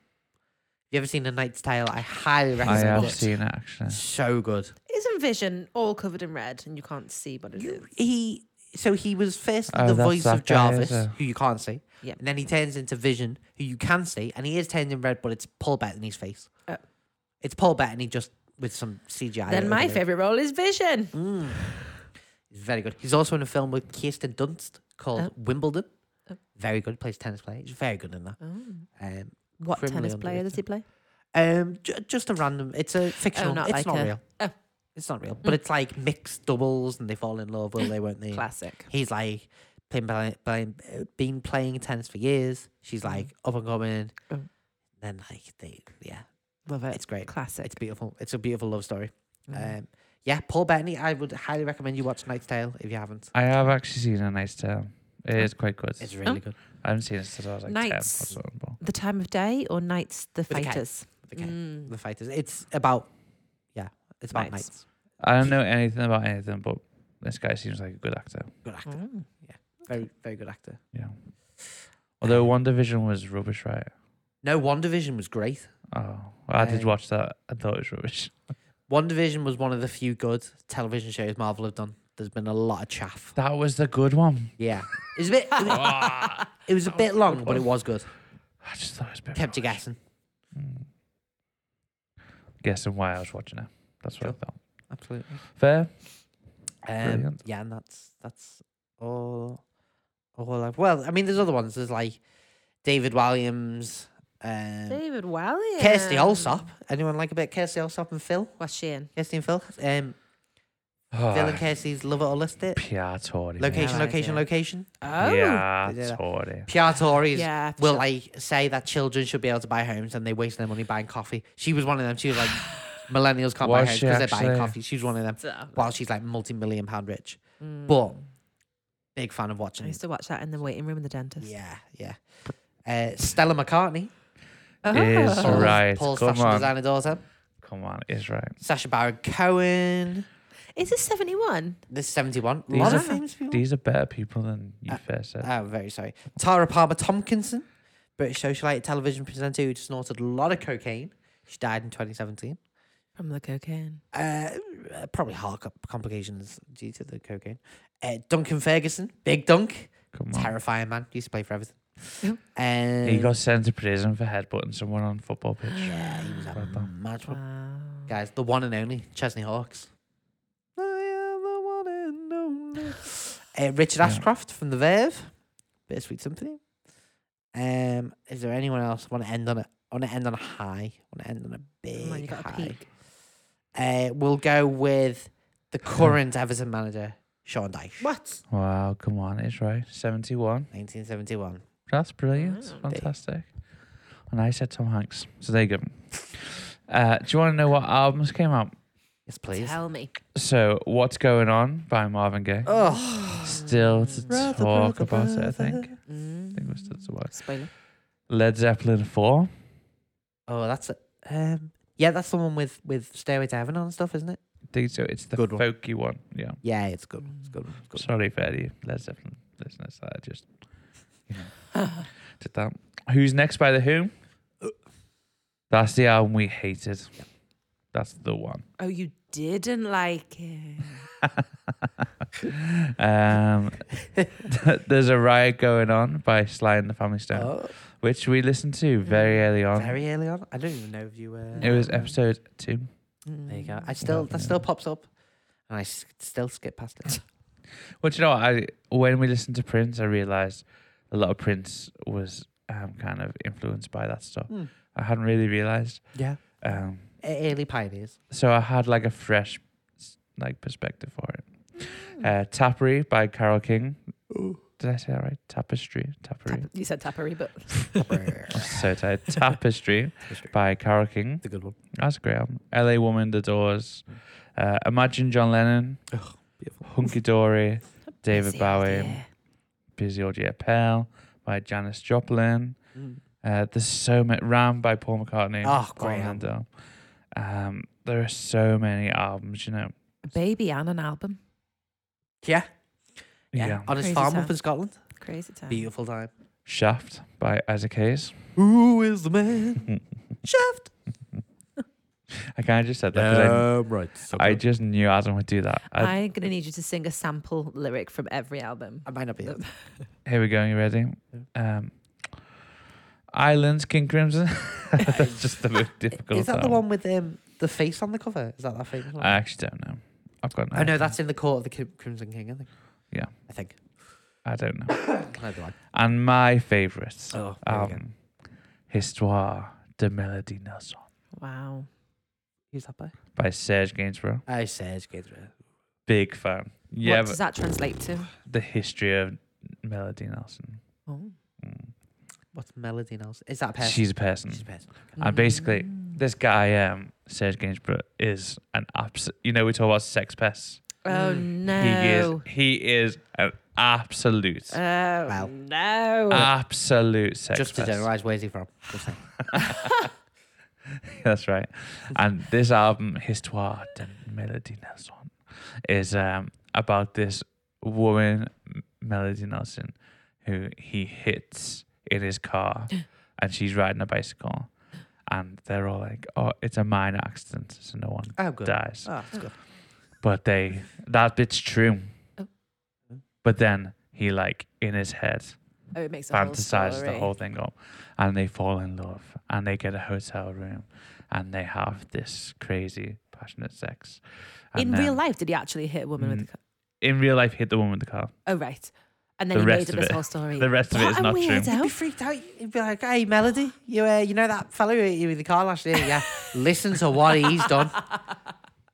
You ever seen A Knight's Tale? I highly
I
recommend
have
it.
seen it actually.
So good.
Isn't Vision all covered in red and you can't see what it is?
He so he was first
Oh,
the
that's
voice
that
of
guy, is
Jarvis,
it?
who you can't see.
Yep.
And then he turns into Vision, who you can see, and he is turned in red, but it's Paul Bettany's face.
Oh.
It's Paul Bettany just with some CGI.
then my
overlay.
favorite role is Vision.
Mm. He's very good. He's also in a film with Kirsten Dunst called
Oh.
Wimbledon.
Oh.
Very good. Plays tennis player. He's very good in that.
Oh.
Um,
What
Criminally
tennis player does he play?
um, j- just a random. It's a fictional.
not
it's
like
not
a-
real.
Oh.
It's not real. But it's like mixed doubles, and they fall in love. Will they? Won't they?
Classic.
He's like playing, playing, playing, been playing tennis for years. She's like up and coming.
Mm.
Then like they, yeah,
Love it.
it's great.
Classic.
It's beautiful. It's a beautiful love story.
Mm.
Um, yeah, Paul Bettany. I would highly recommend you watch Knight's Tale if you haven't.
I have actually seen A Night's Tale. It is quite good.
It's really
Oh.
good.
I haven't seen it since I was like ten. Or
Nights.
something. but-
the time of day or nights the
a K.
fighters.
Okay.
Mm.
The fighters. It's about yeah. It's about
Knights.
knights.
I don't know anything about anything, but this guy seems like a good actor.
Good actor.
Mm.
Very very good actor.
Yeah. Although One Division was rubbish, right?
No, One Division was great.
Oh, I did
Um,
watch that. I thought it was rubbish.
One Division was one of the few good television shows Marvel have done. There's been a lot of chaff.
That was the good one.
Yeah, it was a bit. It was,
Ah,
it was a bit long, but it was good.
I just thought it was a bit
Kept you
rubbish.
guessing.
Mm. Guessing why I was watching it. That's what
Sure.
I thought.
Absolutely.
Fair.
Um,
Brilliant.
yeah, and that's that's all. All I've, well, I mean, there's other ones. There's like David Williams, um,
David Walliams.
Kirsty Allsop. Anyone like a bit of Kirsty Allsop and Phil?
What's she in?
Kirsty and Phil. Um,
Oh,
Phil and Kirsty's Love It or List It.
Pierre Torre.
Location,
like
location,
it.
location.
Oh.
Pierre
They did that.
Torre.
Pierre Torres
Yeah,
will
sure.
like say that children should be able to buy homes and they waste their money buying coffee. She was one of them. She was like, millennials can't buy
Was
homes
she
because they're buying
actually?
coffee. She was one of them.
So,
While she's like multi-million pound rich,
mm.
but big fan of
I
watching.
used to watch that in the waiting room in the dentist.
Yeah, yeah. Uh, Stella McCartney,
Is
Oh.
Paul's,
Right,
Paul's
come
fashion
on.
designer daughter.
Come on, it's right.
Sasha Baron Cohen.
Is this 71?
This is seventy-one. A
These
lot
are-
of famous people.
These are better people than you first said.
Oh, I'm very sorry. Tara Palmer Tomkinson, British socialite television presenter who snorted a lot of cocaine. She died in 2017.
From the cocaine.
Uh, probably heart co- complications due to the cocaine. Uh, Duncan Ferguson, big dunk,
Come on.
terrifying man. Used to play for Everton.
Yep.
Um,
He got sent to prison for headbutting someone on football pitch.
yeah, he was a
Right on.
mad one.
Wow.
guys. The one and only Chesney Hawks. I am the one and only. Uh, Richard
Yeah.
Ashcroft from The Verve. Bit of sweet sympathy. Um, is there anyone else want to end on a want to end on a high? Want to end on a big
Come on, you got a
high?
peek.
Uh, we'll go with the current Everton manager, Sean Dyche.
Hmm. What?
Wow, come on, it's right. 71.
1971.
That's brilliant.
Mm.
Fantastic. And I said Tom Hanks. So there you go. Uh, do you want to know what albums came out?
Yes, please.
Tell me.
So, What's Going On by Marvin Gaye.
Oh,
Still to
Brother,
talk
brother,
about it, I think.
brother.
I think we're still to watch.
Mm. Spoiler.
Led Zeppelin 4.
oh, that's a, um, yeah, that's the one with with Stairway to Heaven on and stuff, isn't it?
I think so. It's the
Good one.
folky one. Yeah.
Yeah, it's a good. one, It's a good. one, It's a good. one.
Sorry for any Led Zeppelin listeners. that I just you know, did that. Who's next by the Who? That's the album we hated. That's the one.
Oh, you didn't like it.
Um, there's a riot going on by Sly and the Family Stone,
Oh, Mm.
which we listened to very early on.
very early on. I don't even know if you were.
it was episode two.
There you go.
Mm.
I still
yeah.
that still pops up, and I s- still skip past it.
Well, do you know, what? I when we listened to Prince, I realized a lot of Prince was um, kind of influenced by that stuff.
Hmm.
I hadn't really realized.
yeah, E-,
Um,
early pioneers.
so I had like a fresh s- like perspective for it. Uh, Tappery by Carol King. Did I say that right? Tapestry. Tappery.
Tap- you said tappery, but
I'm so tired. Tapestry by Carol King.
a good one.
That's a great album. LA Woman, The Doors. Uh, Imagine John Lennon.
Ugh, beautiful.
Hunky Dory. David
Busy
Bowie.
idea.
Busy Old Year Pal by Janis Joplin. Uh, there's so many. Ram by Paul McCartney.
Oh,
Paul
great
Landau. Um, there are so many albums, you know.
A baby and an album.
Yeah, yeah.
Yeah.
On his
Crazy
farm
time.
up in Scotland.
Crazy time.
Beautiful time.
Shaft by Isaac Hayes.
Who is the man? Shaft.
I kind of just said that because
right. So
I, I just knew Adam would do that. Uh, I,
I'm gonna need you to sing a sample lyric from every album.
I might not be. able to-
here we go. You ready? Um, Islands, King Crimson. That's just the most difficult.
Is that the
album.
one with um, the face on the cover? Is that that famous one?
I actually don't know. I've got no.
oh no, that's in the court of the Crim- Crimson King. I think.
Yeah.
I think.
I don't know.
Neither do I.
And my favourite
Oh, there we go.
album, Um, Histoire de Melody Nelson
Wow.
Who's that by?
by Serge Gainsbourg.
I Serge Gainsbourg.
Big fan. Yeah,
what
but
does that translate to?
the history of Melody Nelson.
Oh.
Mm.
What's Melody Nelson? Is that a person?
She's a person.
She's a person.
And basically,
Mm.
this guy, um, Serge Gainsborough, is an absolute. You know, we talk about sex pests.
Oh
Mm.
no.
He is. He is an absolute,
Oh
Wow.
no.
absolute sex
Just to
pest.
generalize, where's he from? Just saying.
That's right. And this album, Histoire de Melody Nelson, is um, about this woman, M- Melody Nelson, who he hits in his car and she's riding a bicycle. And they're all like, oh, it's a minor accident, so no one
Oh, good.
dies.
Oh, that's good.
But they, that bit's true.
Oh.
But then he, like, in his head,
oh, it makes a whole
fantasizes
story.
the whole thing up and they fall in love and they get a hotel room and they have this crazy passionate sex And
In
then-
real life, did he actually hit a woman with?
Mm.
A cu-
in real life hit the woman with the car
oh right. And
The
then he
rest
made up
of
this
it-
whole story.
the rest of it
What
is
a
not true.
weirdo.
He'd be freaked out. He'd be like, "Hey, Melody, you uh, you know that fellow who hit you with the car last year? Yeah, listen to what he's done.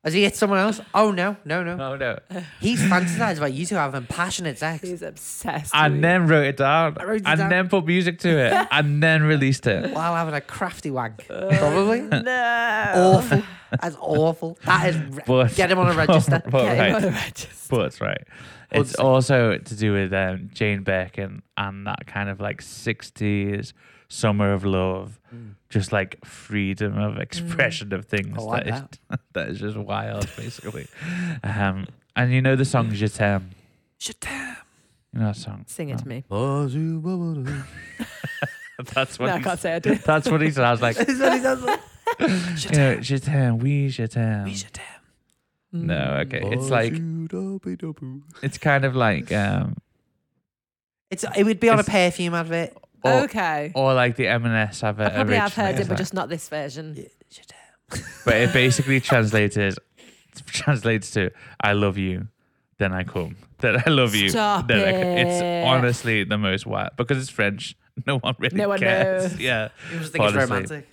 Has he hit someone else? Oh no, no, no.
oh no
He's fantasized about you two having passionate sex.
He's obsessed.
and
with-
then wrote it down
wrote it
and
down.
then put music to it and then released it
while having a crafty wank. Probably.
Uh, no.
awful. That's awful. That is. Re-
but
Get him on a register.
but
Get him
right
on the register.
but right it's also to do with um, Jane Birkin and that kind of like 60s summer of love
Mm.
just like freedom
Mm.
of expression of things
I
Oh,
like
that is that is just wild, basically. um, and you know the song Je t'aime. You know that song.
Sing it to me.
That's what
No, I
he-
can't say I do.
That's what he sounds like.
That's what he sounds like.
you know, je t'aime, oui, je t'aime. No,
Mm.
okay. It's like it's kind of like um,
It's, it would be on
It's- Oh.
a perfume advert.
or,
okay.
or like the M&S have
I
it
probably have heard
originally,
it, but
like-
just not this version.
but it basically translates as- translates to I love you, then I come, then I love you,
Stop
then I come.
it.
It's honestly the most wild because it's French. No one really
No one
cares.
knows.
Yeah,
You just think it's
Honestly.
romantic.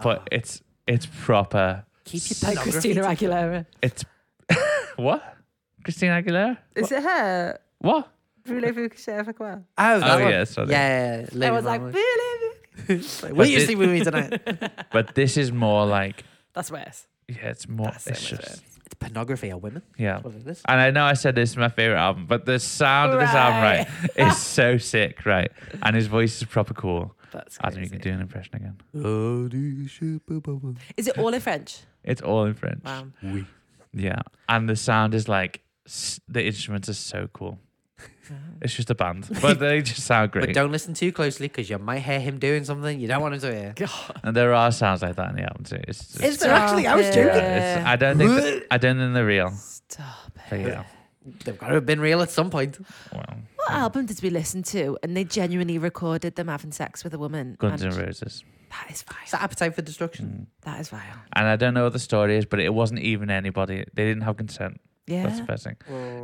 but it's it's proper.
Keep your
Like
Like
pornography.
Christina
to-
Aguilera.
It's what Christina Aguilera?
Is it her?
What?
Voulez-vous que je fasse quoi?
Oh, that
oh
one.
yeah, sorry.
Yeah, yeah, yeah.
I
Lady
was like,
Marmalade.
voulez-vous?
will you
But
sleep with me tonight?
But this is more like
That's worse.
yeah, it's more.
That's so
it's
much
just-
worse.
it's pornography of women.
yeah.
That's what it is.
And I know I said this is my favorite album, but the sound of this album, right, is so sick, right? And his voice is proper cool.
That's
Adam, you can
crazy.
do an impression again.
Is it all in French?
It's all in French.
Wow.
Yeah, and the sound is like s- the instruments are so cool. It's just a band, but they just sound
But
great.
don't listen too closely because you might hear him doing something you don't want him to hear.
And there are sounds like that in the album too. It's, just,
Is there actually? I was
Stop
joking.
it.
it's- I don't think th- I don't think they're real.
Stop it.
But yeah,
They've got to have been real at some point.
well,
What album did we listen to? And they genuinely recorded them having sex with a woman.
Guns
and
N' Roses. Mm.
That is vile.
It's that appetite for destruction.
That is vile.
And I don't know what the story is, but it wasn't even anybody. They didn't have consent.
Yeah.
That's the first thing.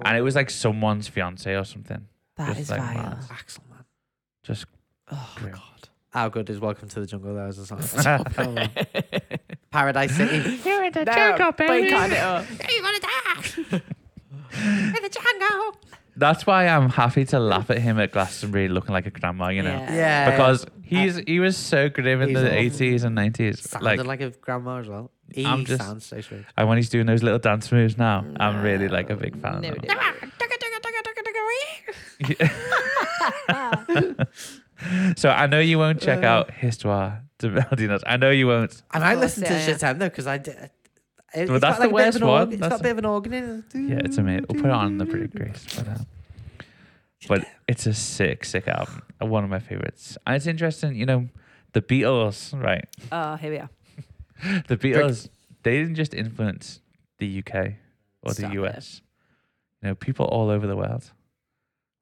And it was like someone's fiance or something.
That
just
is
like
vile.
mad.
Axel, man.
Just
Oh,
grim.
How good is Welcome to the Jungle? That was a song. Oh. Paradise City.
You're in the
You want to die? the Django.
That's why I'm happy to laugh at him at Glastonbury looking like a grandma, you know.
Yeah.
Yeah.
because he's he was so grim in
He's
the
awful.
eighties and nineties.
sounded
Like,
like, a grandma as well. He
I'm just-
sounds so strange.
and when he's doing those little dance moves now, I'm really like a big fan.
No,
of
it
them. So I know you won't check
Uh.
out Histoire de Melody Nuts. I know you won't.
And I
course,
listened
yeah,
to
yeah.
Shit Time though because I did. It,
Well, that's the worst one.
It's
That's
got a bit of an organ in it.
Yeah, it's amazing. We'll put it on the pretty grace, but, um, but it's a sick, sick album. Uh, One of my favorites. And it's interesting, you know, the Beatles, right?
Oh, here we are.
The Beatles, they didn't just influence the UK or
Stop it.
the US. You know, people all over the world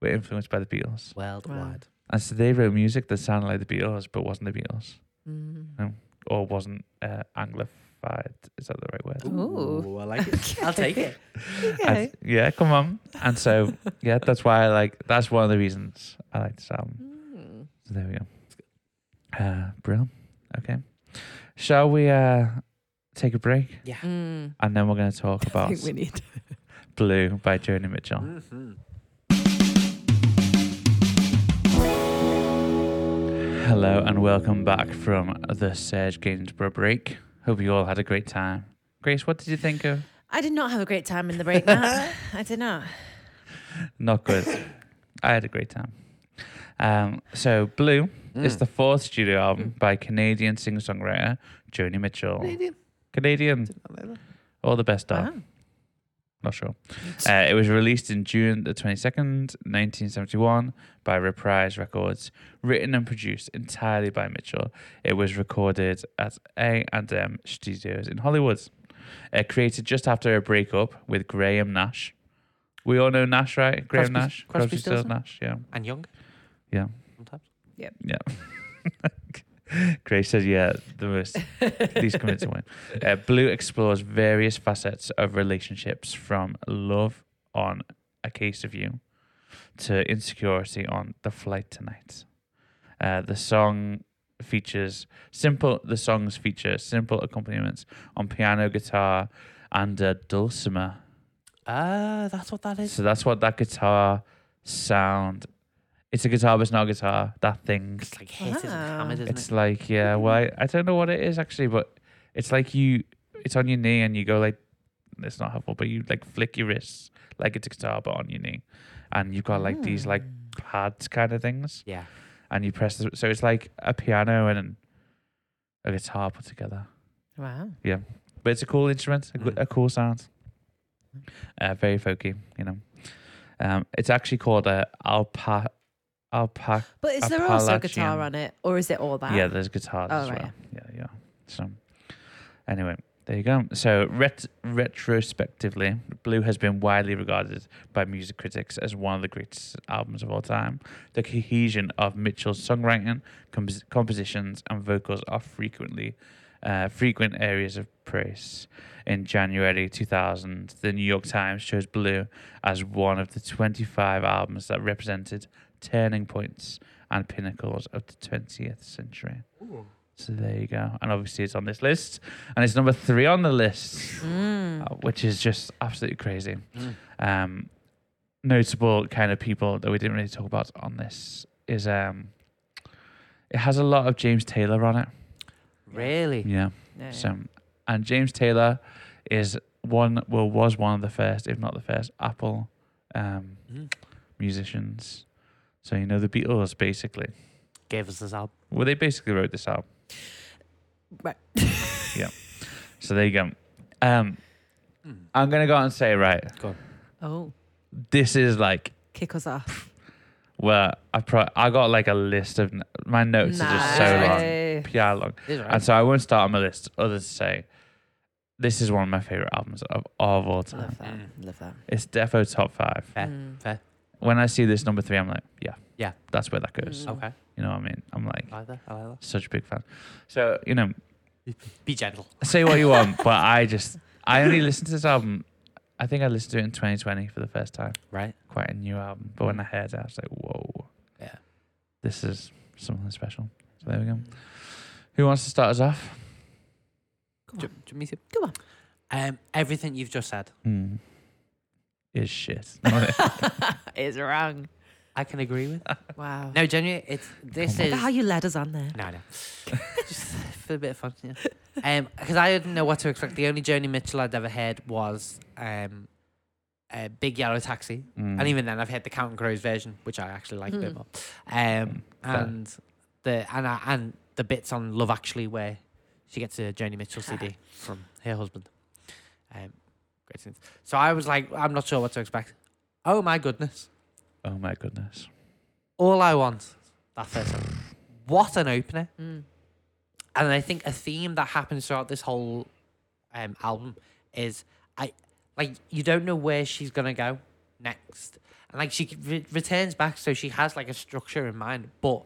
were influenced by the Beatles.
Worldwide.
And so they wrote music that sounded like the Beatles, but wasn't the Beatles,
Mm.
or wasn't uh, anglified. Is that the right word?
Ooh.
I like it. I'll take it.
And- yeah, come on. And so, yeah, that's why I like. That's one of the reasons I like this album.
Mm.
So there we go. Uh, brilliant. Okay. Shall we uh, take a break,
Yeah.
Mm.
and then we're going to talk
I
about
think we need.
Mm-hmm. Mm.
"Blue" by Joni Mitchell.
Mhm.
Hello and welcome back from the Serge Gainsborough break. Hope you all had a great time. Grace, what did you think of?
I did not have a great time in the break. No, I did not.
Not good. I had a great time. Um, so, Blue
Hmm.
is the fourth studio album by Canadian singer songwriter Joni Mitchell.
Canadian. Uh-huh.
Canadian. All the best stuff.
Wow.
Not sure. Uh, it was released in June the 22nd, 1971, by Reprise Records. Written and produced entirely by Mitchell, it was recorded at A&M Studios in Hollywood. Uh, created just after a breakup with Graham Nash. We all know Nash, right? Graham
Crosby-
Nash.
Crosby, Stills,
Stills, Nash, yeah.
And young.
Yeah.
Sometimes.
Grace said, yeah, the most least convincing one. Uh, Blue explores various facets of relationships from love on A Case of You to insecurity on The Flight Tonight. Uh, the song features simple, the songs feature simple accompaniments on piano, guitar, and a dulcimer.
Ah, that's what that is.
So that's what that guitar sound. It's a guitar, but it's not a guitar. That thing.
It's like hit and
Wow.
hammered, isn't
It's
it?
like yeah, well, I, I don't know what it is actually, but it's like you, it's on your knee and you go like, it's not helpful, but you like flick your wrists like it's a guitar, but on your knee, and you've got like these like
Mm.
Ah.
pads kind of things,
Yeah.
and you press. The, so it's like a piano and a guitar put together,
Wow.
but it's a cool instrument, a, good
Mm.
a cool sound, uh, very folky, you know. Um, it's actually called a alpa, alpaca.
But is there also guitar
Appalachian.
on it, or is it all that?
Yeah, there's guitars
Oh,
as
right,
well. Yeah, yeah. So, anyway, there you go. So, ret- retrospectively, Blue has been widely regarded by music critics as one of the greatest albums of all time. The cohesion of Mitchell's songwriting, compos- compositions, and vocals are frequently uh, frequent areas of praise. In January 2000, the New York Times chose Blue as one of the 25 albums that represented turning points and pinnacles of the 20th century. So there you go. And obviously, it's on this list, and it's number three on the list,
Mm.
uh, which is just absolutely crazy.
Mm.
Um, notable kind of people that we didn't really talk about on this is um, it has a lot of James Taylor on it.
Really?
Yeah.
Yeah, yeah.
So, and James Taylor is one, well, was one of the first, if not the first, Apple um,
Mm.
musicians. So you know the Beatles basically.
Gave us this album.
Well, they basically wrote this album.
Right.
So there you go. Um,
Mm.
I'm gonna go out and say right.
Oh,
This is like
kick us off.
well, I pro- I got like a list of n- my notes are just so long,
Nice.
PR long,
It is right.
and so I won't start on my list. Other to say, this is one of my favorite albums of, of all time.
Love that.
Mm.
Love that.
It's defo top five.
Fair.
Mm.
Fair.
when I see this number three, I'm like, yeah,
Yeah. Mm-hmm.
that's where that goes.
Mm.
Okay.
You know what I mean? I'm like,
I like that. I like that.
such a big fan. So you know,
Be gentle.
say what you want, but I just, I only listened to this album. I think I listened to it in 2020 for the first time.
Right.
Quite a new album, but when I heard it, I was like, whoa,
Yeah.
this is something special. So there we go. Who wants to start us off?
Do, do you meet
Go on.
Um, everything you've just said,
Hmm. Is shit.
it's wrong.
I can agree with.
Wow.
No, genuinely, it's this
Come
is.
Look at how you led us on there.
No, no. Just for a bit of fun, yeah. Um, because I didn't know what to expect. The only Joni Mitchell I'd ever heard was um, a Big Yellow Taxi,
Hmm.
and even then, I've heard the Counting Crows version, which I actually like a bit
Mm.
more.
Mm,
Um,
fair.
and the and I, and the bits on Love Actually, where she gets a Joni Mitchell CD from her husband. Um, great scenes. So I was like, I'm not sure what to expect. Oh my goodness!
oh my goodness.
All I want that first. one. What an opener!
Mm.
and I think a theme that happens throughout this whole um, album is I like you don't know where she's gonna go next, and like she re- returns back, so she has like a structure in mind, but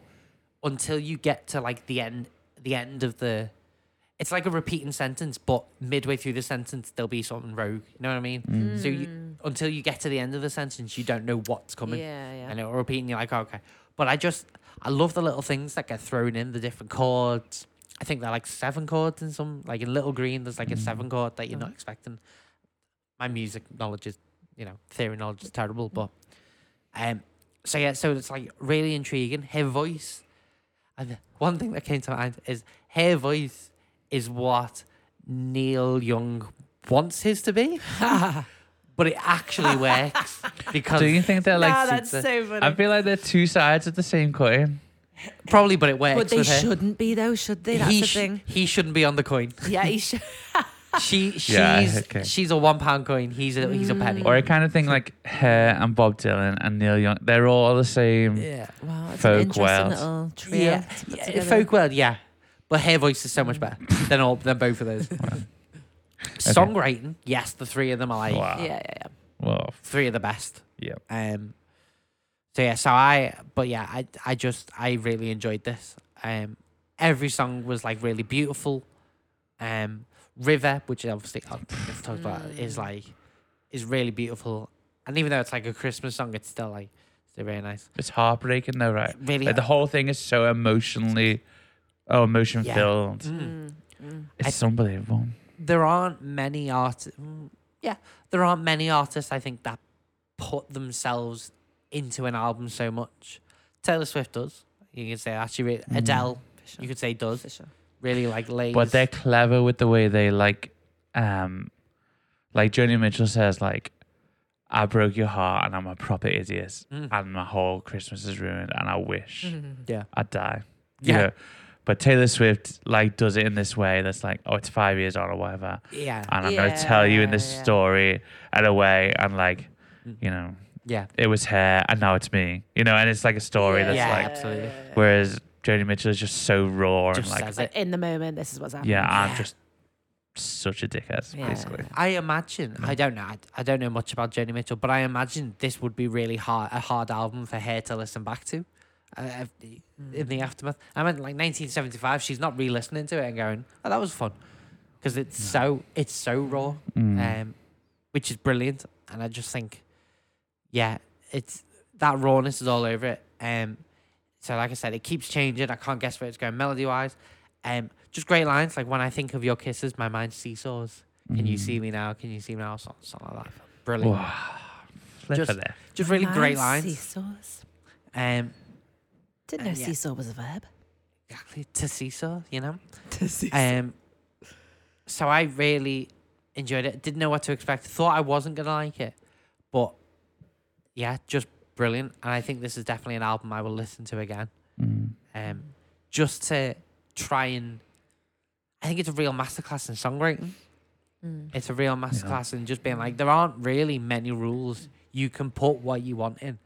until you get to like the end, the end of the, it's like a repeating sentence, but midway through the sentence there'll be something rogue. You know what I mean?
Hmm.
Mm.
So you until you get to the end of the sentence, you don't know what's coming
Yeah, yeah.
and it'll repeat, and you're like, "Oh, okay. But I just, I love the little things that get thrown in, the different chords. I think they're like seven chords in some, like in Little Green, there's like a
Mm.
seven chord that you're not
Mhm.
expecting. My music knowledge is, you know, theory knowledge is terrible, but, um, so yeah, so it's like really intriguing. Her voice, And one thing that came to mind is her voice is what Neil Young wants his to be, but it actually works because
Do you think they're like?
Nah, Ah, that's
the-
so funny.
I feel like they're two sides of the same coin.
probably, but it works.
but they
with her.
shouldn't be though, should they? That's
he,
the
sh-
thing.
he shouldn't be on the coin.
Yeah, he should.
She she's
Yeah, okay.
she's a one pound coin. He's a
Mm.
he's a penny.
Or I kind of think like her and Bob Dylan and Neil Young. They're all the same.
yeah.
Wow, it's
Folk
an interesting
world.
little trio.
Yeah,
to put
yeah
together.
folk world, yeah. But her voice is so much better than all than both of those. Songwriting, yes, the three of them are like
Wow.
Yeah, yeah, yeah.
Well,
three of the best.
yeah.
Um, so yeah, so I, but yeah, I, I just, I really enjoyed this. Um, every song was like really beautiful. Um, River, which obviously I've I've talked about,
Mm.
is like, is really beautiful. And even though it's like a Christmas song, it's still like, still very nice.
It's heartbreaking though, right?
Really,
Like the whole thing is so emotionally, oh, emotion
Yeah.
filled.
Hmm.
Mm.
It's unbelievable.
there aren't many art. mm, Yeah, there aren't many artists I think that put themselves into an album so much. Taylor Swift does. You could say actually re-
Mm.
Adele.
Fisher.
You could say does
Fisher.
really like lays.
But they're clever with the way they like, um, like Joni Mitchell says, like, I broke your heart and I'm a proper idiot
Mm.
and my whole Christmas is ruined and I wish
yeah.
I'd die. You
Mm-hmm. Yeah.
know? But Taylor Swift like does it in this way that's like, oh, it's five years on or whatever.
Yeah,
And I'm gonna tell you in this
Yeah, yeah.
story in a way and like, you know,
yeah,
it was her and now it's me. You know, and it's like a story that's
Yeah.
like
absolutely.
Whereas Joni Mitchell is just so raw and
just
like,
says
Like
it.
in the moment, this is what's happening.
yeah, I'm
Yeah.
just such a dickhead,
Yeah.
basically.
I imagine. I don't know. I, I don't know much about Joni Mitchell, but I imagine this would be really hard, a hard album for her to listen back to. Uh, if- in the aftermath, I meant like 1975. She's not re-listening to it and going, "Oh, that was fun," because it's so it's so raw,
Mm.
um, which is brilliant. And I just think, yeah, it's that rawness is all over it. Um, so like I said, it keeps changing. I can't guess where it's going melody wise. Um, just great lines like when I think of your kisses, my mind seesaws. Can you
Mm.
see me now? Can you see me now? Something, something like that. Brilliant.
Wow. Mm. Flip
Just-
it there.
Just really great lines.
Nice Seesaws.
Um,
Didn't
Uh,
know
yeah.
seesaw was a verb.
exactly to seesaw, you know.
To seesaw.
Um, so I really enjoyed it. Didn't know what to expect. Thought I wasn't gonna like it, but yeah, just brilliant. And I think this is definitely an album I will listen to again.
Mm.
Um, just to try and, I think it's a real masterclass in songwriting.
Mm.
It's a real masterclass in just being like, there aren't really many rules. You can put what you want in.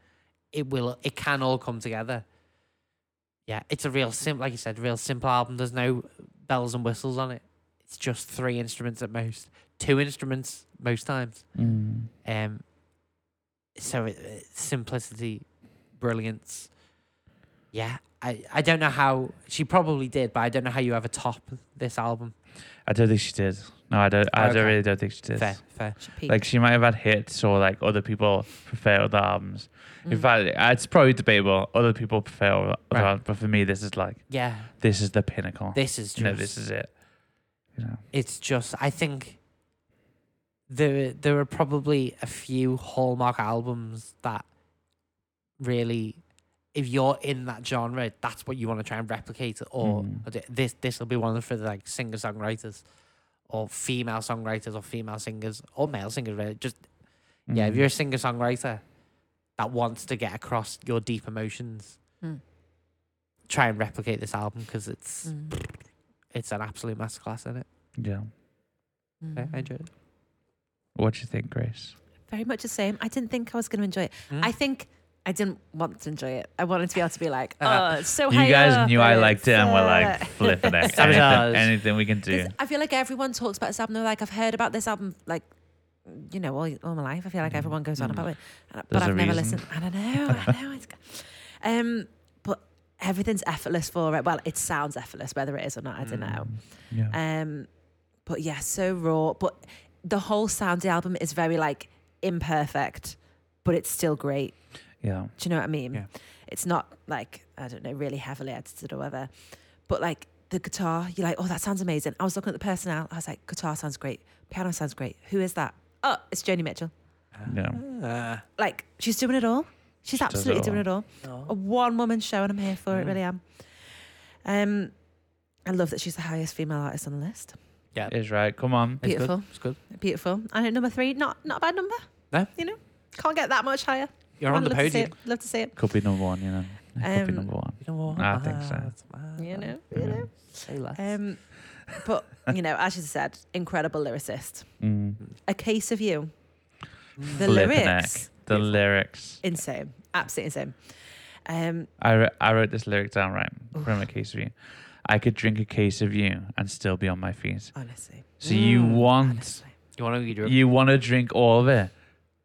It will. It can all come together. Yeah, it's a real simple, like you said, real simple album. There's no bells and whistles on it. It's just three instruments at most, two instruments most times.
Mm.
Um, so it, it- simplicity, brilliance. Yeah, I, I don't know how she probably did, but I don't know how you ever top this album.
I don't think she did. No, I don't. I
Okay.
don't really don't think she did.
Fair, fair.
Should peek.
Like she might have had hits or like other people prefer other albums. In
Mm.
fact, it's probably debatable. Other people prefer other
Right.
albums, but for me, this is like
Yeah,
this is the pinnacle.
this is just.
you know, this is it. You know,
it's just I think there there are probably a few hallmark albums that really if you're in that genre that's what you want to try and replicate or
Mm.
or th- this this will be one for the, like singer songwriters or female songwriters or female singers or male singers really just yeah if
Mm.
you're a singer songwriter that wants to get across your deep emotions
Mm.
try and replicate this album because it's
Mm.
it's an absolute masterclass in it
yeah.
Yeah,
Mm.
I enjoyed it
What do you think, Grace?
Very much the same. I didn't think I was going to enjoy it.
Mm.
I think I didn't want to enjoy it. I wanted to be able to be like,
Uh,
oh, it's so high
You guys
up
knew I
and
liked it,
it's,
and we're
uh,
like flipping it. anything,
Sabotage.
anything we can do.
'Cause I feel like everyone talks about this album. They're like, I've heard about this album, like, you know, all, all my life. I feel like
Mm.
everyone goes on
Mm.
about it, and- but
There's a
I've never
reason.
listened. I don't know. I know. It's, g- um, but everything's effortless for it. Well, it sounds effortless, whether it is or not. I don't know.
Yeah.
Um, but yeah, so raw. But the whole sound of the album is very like imperfect, but it's still great.
yeah.
Do you know what I mean?
Yeah.
It's not like, I don't know, really heavily edited or whatever. But like the guitar, you're like, oh, that sounds amazing. I was looking at the personnel. I was like, guitar sounds great. Piano sounds great. Who is that? Oh, it's Joni Mitchell.
Yeah.
Uh,
Like, she's doing it all. She's
does it
absolutely doing
all.
Mm.
it all. A one woman show, and I'm here for it, really am. Um, I love that she's the highest female artist on the list.
Is right. Come on.
It's good.
Beautiful.
It's good.
Beautiful. And at number three, not not a bad number.
No.
You know, can't get that much higher.
You're on the
I'd love to see
podium.
it. Love to see it.
Could be number one, you know. It could be
Um,
number one.
You know what? Ah,
I think so.
so.
You know,
Yeah.
you know.
Say less.
Um, but you know, as you said, incredible lyricist.
Mm.
A case of you. The
Flippin'
lyrics,
heck. The lyrics.
insane, absolutely insane. Um,
I, wr- I wrote this lyric down right from a case of you. I could drink a case of you and still be on my feet.
honestly, Mm.
So you want
honestly,
you want to eat
you want to drink all of it,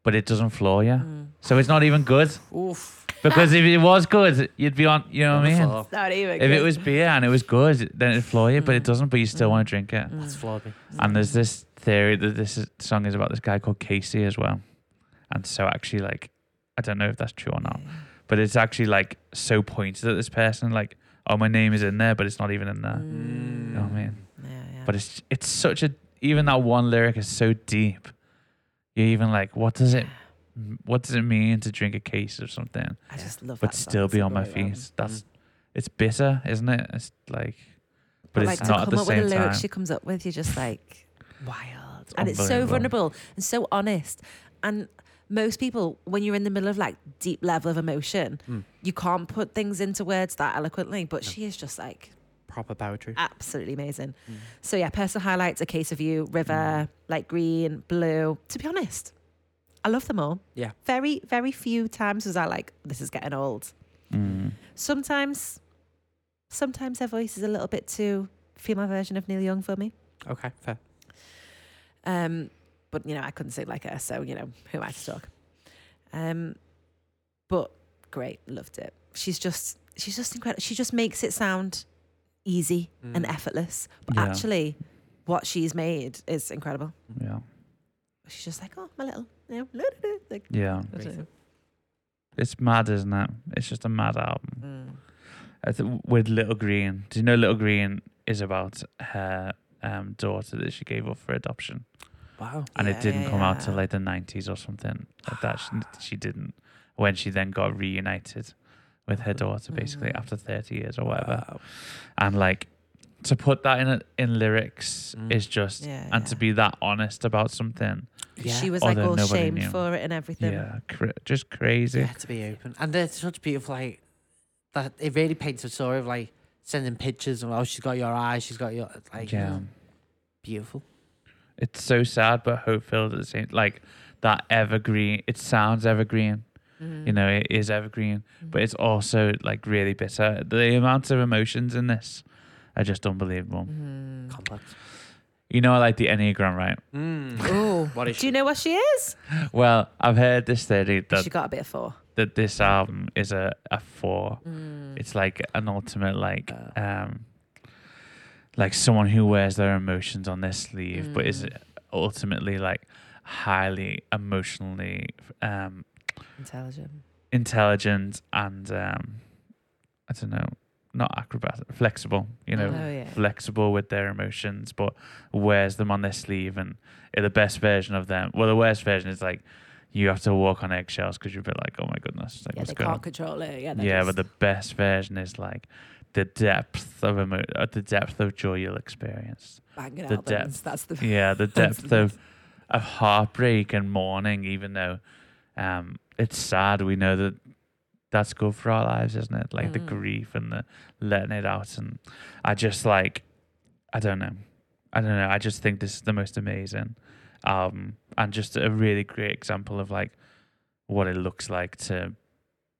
but it doesn't floor you. So it's not even good
Oof.
because if it was good, you'd be on. You know what I mean?
That's
not even.
If it
good.
was beer and it was good, then it'd floor you, but
Mm.
it doesn't. But you still want to drink it.
flawed me.
And there's this theory that this is, song is about this guy called Casey as well. And so actually, like, I don't know if that's true or not, but it's actually like so pointed at this person, like, oh, my name is in there, but it's not even in there.
Mm.
You
Oh,
know what I mean?
yeah, yeah.
But it's it's such a even that one lyric is so deep. You're even like, what does it what does it mean to drink a case of something
I just love
but
that. song.
still
It's
be
a
on my
great um, mm. one.
feet? That's
Mm.
it's bitter, isn't it? It's like
But
but,
like
it's
to
not at
come
the
up with
same
the lyrics
time.
she comes up with, you're just like wild, and it's so
unbelievable.
vulnerable and so honest. And most people, when you're in the middle of like deep level of emotion,
Mm.
you can't put things into words that eloquently. But she is just like
Proper Mm. poetry.
Ah. absolutely amazing. So yeah, personal highlights: a case of you, river, light green, blue. To be honest, I love them all.
Yeah.
Very, very few times was I like, this is getting old.
Mm.
Sometimes, sometimes her voice is a little bit too female version of Neil Young for me.
Okay, fair.
Um, but you know, I couldn't sing like her, so you know, who am I to talk? Um, but great, loved it. She's just, she's just incredible. She just makes it sound easy and
Mm.
effortless, but
Yeah.
actually, what she's made is incredible.
Yeah.
She's just like, oh, my little, you know, look at it," like,
Yeah.
I don't know.
It's mad, isn't it? It's just a mad album.
Mm.
I th- with Little Green. Do you know Little Green is about her um, daughter that she gave up for adoption?
Wow.
and it
Yeah,
didn't
yeah,
come out till
yeah.
like the 90s or something like that. She, she didn't. When she then got reunited with her daughter, basically
Mhm.
after 30 years or whatever,
Wow.
and like to put that in a, in lyrics
Mm.
is just
Yeah,
and to
yeah.
be that honest about something.
Yeah.
She was
Or
like
that
all
nobody
shamed
knew.
for it and everything.
yeah, cra- just crazy.
Yeah, to be open. And there's such beautiful, like, that it really paints a story of, like, sending pictures and, oh, she's got your eyes, she's got your, like,
yeah.
beautiful.
It's so sad but hope filled at the same. Like that evergreen. It sounds evergreen.
Mm-hmm.
You know, it is evergreen, but it's also like really bitter. The amount of emotions in this are just unbelievable.
Mm-hmm.
Complex.
You know, I like the Enneagram, right?
Mm.
Oh,
What is
do
she?
you know what she is?
Well, I've heard this theory
she
that,
got a bit of four.
that this album is a, a four.
Mm.
It's like an ultimate, like,
Uh.
um, like someone who wears their emotions on their sleeve, but is
Mm.
ultimately like highly emotionally um,
Intelligent.
intelligent and um, I don't know, not acrobatic, flexible. You know,
Oh, yeah.
flexible with their emotions, but wears them on their sleeve. And uh, the best version of them, well, the worst version is like you have to walk on eggshells because you're a bit like, oh my goodness, like,
Yeah,
what's
they
going
can't
on?
control it. Yeah,
Yeah, but the best version is like the depth of emo- uh, the depth of joy you'll experience.
banging
the
albums.
depth.
That's the
Yeah, the
That's
depth of of heartbreak and mourning, even though um, it's sad. We know that that's good for our lives, isn't it? Like the
Mm.
grief and the letting it out. And I just like, I don't know, I don't know. I just think this is the most amazing album and just a really great example of like what it looks like to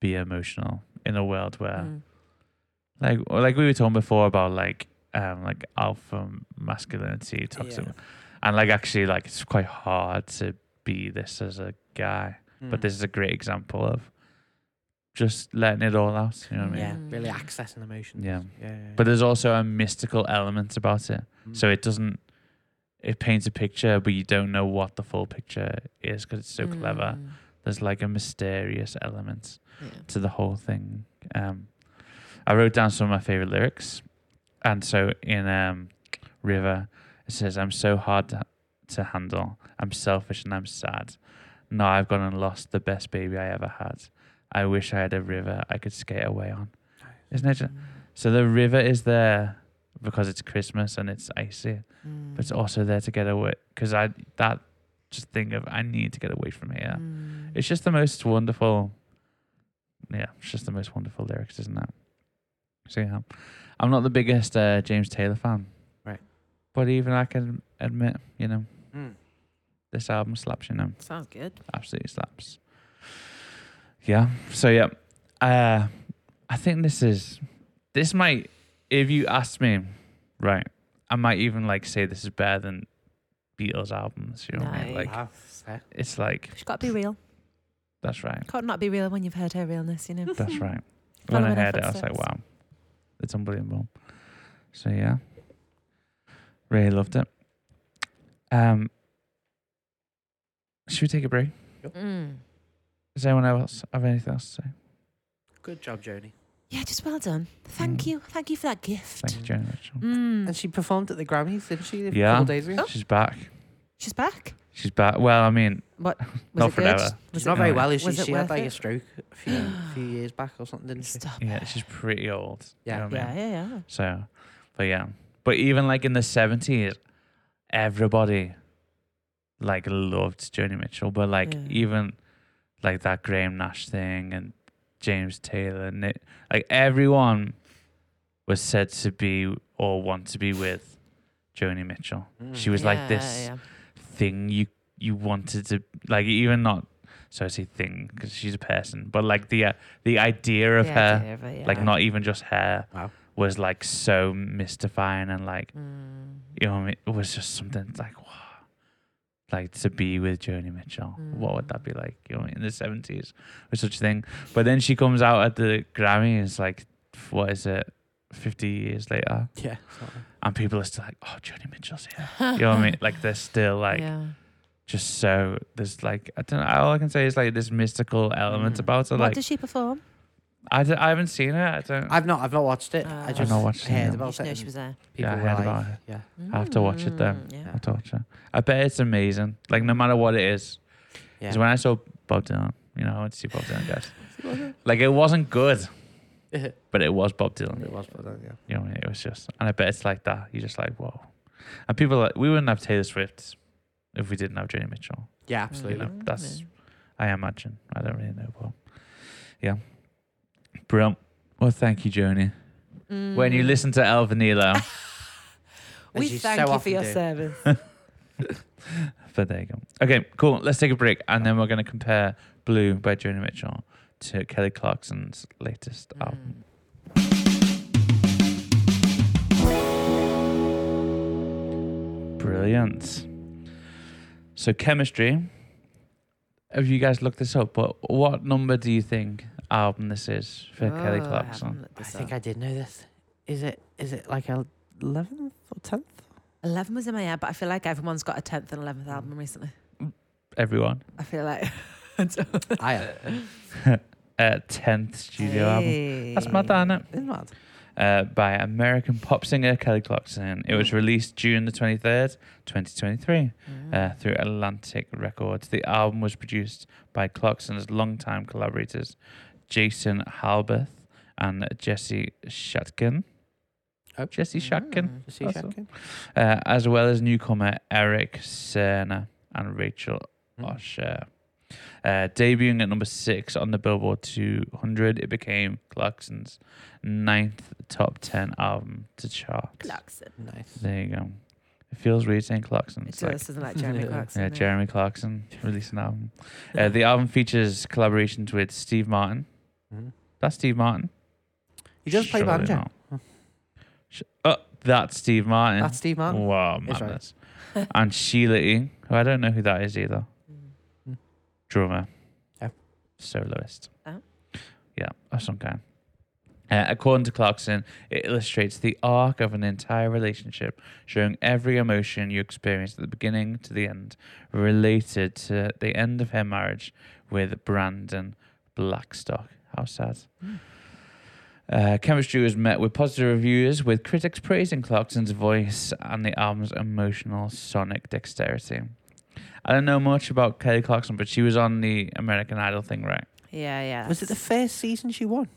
be emotional in a world where
Mm.
like or like we were talking before about like um like alpha masculinity toxic
Yeah.
and like actually like it's quite hard to be this as a guy
Mm.
but this is a great example of just letting it all out you know what i mean
Yeah,
Mm.
really accessing emotions.
Yeah.
yeah,
but there's also a mystical element about it
Mm.
so it doesn't it paints a picture but you don't know what the full picture is because it's so clever
Mm.
there's like a mysterious element
Yeah.
to the whole thing. Um, I wrote down some of my favorite lyrics, and so in um, River, it says, "I'm so hard to, to handle. I'm selfish and I'm sad. Now I've gone and lost the best baby I ever had. I wish I had a river I could skate away on." Isn't it ju- So the river is there because it's Christmas and it's icy,
Mm.
but it's also there to get away. Because I that just thing of I need to get away from here.
Mm.
It's just the most wonderful. Yeah, it's just the most wonderful lyrics, isn't it? So yeah, I'm not the biggest uh, James Taylor fan,
Right.
But even I can admit, you know,
Mm.
this album slaps. You know,
Sounds good.
absolutely slaps. Yeah. So yeah, uh, I think this is this might. If you asked me, right, I might even like say this is better than Beatles albums. You know, what I mean?
Nice.
like
Wow, sick.
it's like
She's got to be real.
that's right.
Can't not be real when you've heard her realness, you know.
That's right.
Follow
when I
in her
heard it, I was like,
footsteps.
wow, it's unbelievable. So yeah, really loved it. Um, should we take a break?
Mm.
Does anyone else have anything else to say?
Good job, Joni.
Yeah, just well done. Thank
Mm.
you. Thank you for that gift.
Thank you, Jane Mitchell.
Mm.
And she performed at the Grammys, didn't she? A
Yeah.
couple days
Oh.
ago.
She's back.
She's back.
She's back. Well, I mean,
What? Was
Not
it good?
forever.
Was
She's
it
not very
good?
well, is she?
Was it
She had
worth
like a
it?
stroke a few, a few years back or something, didn't she?
Stop
yeah,
it.
she's pretty old. you
Yeah.
know what I mean?
yeah, yeah, yeah.
So, but yeah, but even like in the seventies, everybody like loved Joni Mitchell, but like
Yeah.
even like that Graham Nash thing and James Taylor and it, like everyone was said to be or want to be with Joni Mitchell.
Mm.
She was like this
Yeah,
thing you you wanted to like even not so I say thing because she's a person, but like the uh, the idea
yeah.
of
The
her
idea of it,
like
yeah.
not even just hair
Wow.
was like so mystifying and like
Mm.
you know what I mean? it was just something like wow like to be with Joni Mitchell what would
Mm.
that be like you know in the 70s or such a thing but then she comes out at the Grammy and it's like f- what is it 50 years later
Yeah. sorry.
and people are still like oh Joni Mitchell's here you know what I mean like they're still like
yeah.
just so there's like I don't know all I can say is like this mystical element
Mm.
about her
what
like
does she perform?
I, d- I haven't seen it I don't
I've not. I've not watched it.
Uh,
I
I've
just
not watched it,
heard
no.
You
about
just know
it.
she was there.
Yeah, I
people were
heard about
like,
it.
Yeah.
I have to watch it though.
Mm, Yeah.
I told you. I bet it's amazing. Like no matter what it is.
Yeah.
Because when I saw Bob Dylan, you know, I went to see Bob Dylan, guys. like it wasn't good, but it was Bob Dylan.
It was, but then, yeah.
You know, what I mean? it was just, and I bet it's like that. You're just like, whoa. And people are like, we wouldn't have Taylor Swift if we didn't have Joni Mitchell.
Yeah,
You
absolutely.
know,
Mm,
that's, I imagine. I don't really know, but yeah. Brilliant. Well, thank you, Joni. When you
Mm.
listen to El Vanilo,
As
we
you
thank
so
you for
often
your
do.
service.
But there you go. Okay, cool. Let's take a break and then we're going to compare Blue by Joni Mitchell to Kelly Clarkson's latest
Mm.
album.
Mm.
Brilliant. So, chemistry. Have you guys looked this up? But what number do you think album this is for
Oh,
Kelly Clarkson?
I think I did know this. Is it? Is it like a eleventh or tenth?
Eleven was in my head, but I feel like everyone's got a tenth and eleventh
Mm.
album recently.
Everyone.
I feel like
I am.
Uh, 10th studio album. That's mad,
Hey.
isn't it?
Isn't that?
uh, by American pop singer Kelly Clarkson. It was released June the 23rd, 2023, uh, through Atlantic Records. The album was produced by Clarkson's longtime collaborators, Jason Halbert and Jesse Shatkin.
Oh.
Jesse Shatkin,
Mm.
Is she
That's all.
checking?
uh, as well as newcomer Eric Serna and Rachel
Mm.
Osher. Uh, debuting at number six on the Billboard 200, it became Clarkson's ninth top 10 album to chart.
Clarkson.
Nice.
There you go. It feels weird saying Clarkson.
It
Mm, It's like,
does, doesn't it, like Jeremy Clarkson?
yeah, Jeremy Clarkson released an album. Uh, the album features collaborations with Steve Martin.
Mhm.
That's Steve Martin.
He does play
Surely
banjo.
not. Sh- Oh, that's Steve Martin.
That's Steve Martin.
Wow,
It's right.
madness. and Sheila E, who I don't know who that is either.
Mm.
Drummer.
Yeah.
Soloist.
Oh.
Yeah, of some kind. Uh, according to Clarkson, it illustrates the arc of an entire relationship, showing every emotion you experience at the beginning to the end, related to the end of her marriage with Brandon Blackstock. How sad. Uh, chemistry was met with positive reviews, with critics praising Clarkson's voice and the album's emotional sonic dexterity. I don't know much about Kelly Clarkson, but she was on the American Idol thing, right?
Mm. Yeah, yeah.
Was it the
that's-
first season she won?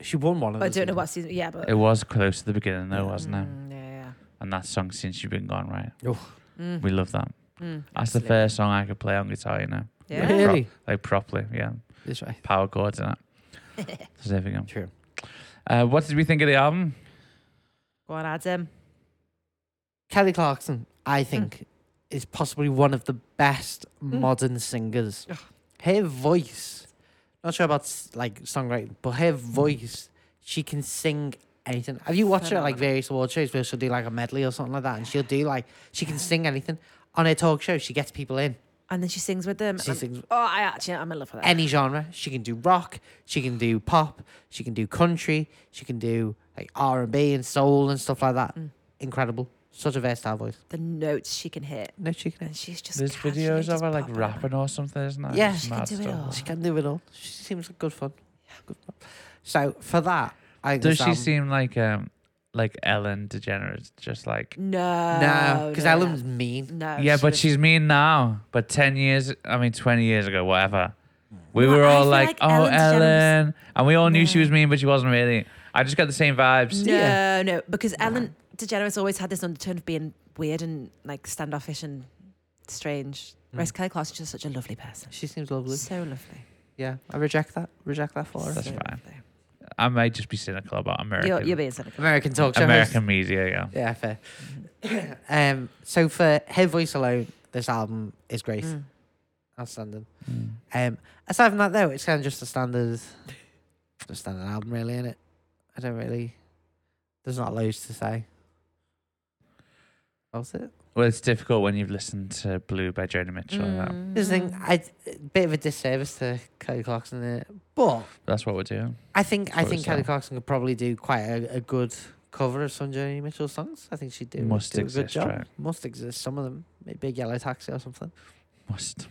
She won one of
But I
the
don't know
seasons.
what season. Yeah, but
It was close to the beginning though, wasn't it?
Mm, yeah,
And that song since you've been gone, right?
yeah. Mm,
We love that.
mm,
That's
absolutely.
the first song I could play on guitar, you know,
Yeah.
Pro-
Really?
like properly. Yeah,
That's right.
power chords and that. so there we go.
True.
Uh, what did we think of the album?
Go on, Adam.
Kelly Clarkson,
Mm.
I think, is possibly one of the best modern singers.
Ugh.
Her voice, not sure about s- like songwriting, but
Mm.
her voice, she can sing anything. Have you watched her at, like
Phenomenal.
various award shows where she'll do like a medley or something like that, and she'll do like she can sing anything. On her talk show, she gets people in
And then she sings with them.
She
and-
sings-
Oh, I actually, I'm in love with that.
any genre. She can do rock, she can do pop, she can do country, she can do like R and B and soul and stuff like that. Incredible, such a versatile voice.
the notes she can hit,
No, she can.
and she's just.
There's
catchy and
videos of
just
her like
popping on.
rapping or something, isn't there?
Yeah.
It's
She can
mad
do it
stuff.
all.
She can do it all. She seems like good fun. Good fun. So for that, I think
Does
this
she
album-
seem like um like Ellen DeGeneres? Just like
No,
Oh, No, because
no,
Ellen's mean.
No,
yeah,
she
but
was-
she's mean now. But ten years, I mean twenty years ago, whatever. We
Well,
were
I
all
feel
like,
like
"Oh,
Ellen DeGeneres-
Ellen," and we all knew she
No.
was mean, but she wasn't really. I just got the same vibes.
No,
Yeah.
no, because Ellen DeGeneres always had this undertone of being weird and like standoffish and strange.
Hmm.
Whereas Kelly Clarkson's just such a lovely person.
She seems lovely.
So lovely.
Yeah, I reject that. Reject that for her.
That's
so
fine.
lovely.
I might just be cynical about American
You're, you're being cynical.
American talk show. host.
American media. Yeah,
Yeah, fair. um, so for her voice alone, this album is great.
Mm.
Outstanding.
Mm.
Um, aside from that, though, it's kind of just a standard, just a standard album, really, is it? I don't really. There's not loads to say. That's it.
well, it's difficult when you've listened to "Blue" by Joni Mitchell. and that.
Mm.
This thing, I bit of a disservice to Kelly Clarkson in it, but
That's what we're doing.
I think
Sort
I
of
think Kelly
sound.
Clarkson could probably do quite a, a good cover of some Joni Mitchell songs. I think she'd do,
Must
do a good
exist,
job.
right?
Must exist. Some of them, maybe Big Yellow Taxi or something.
Must.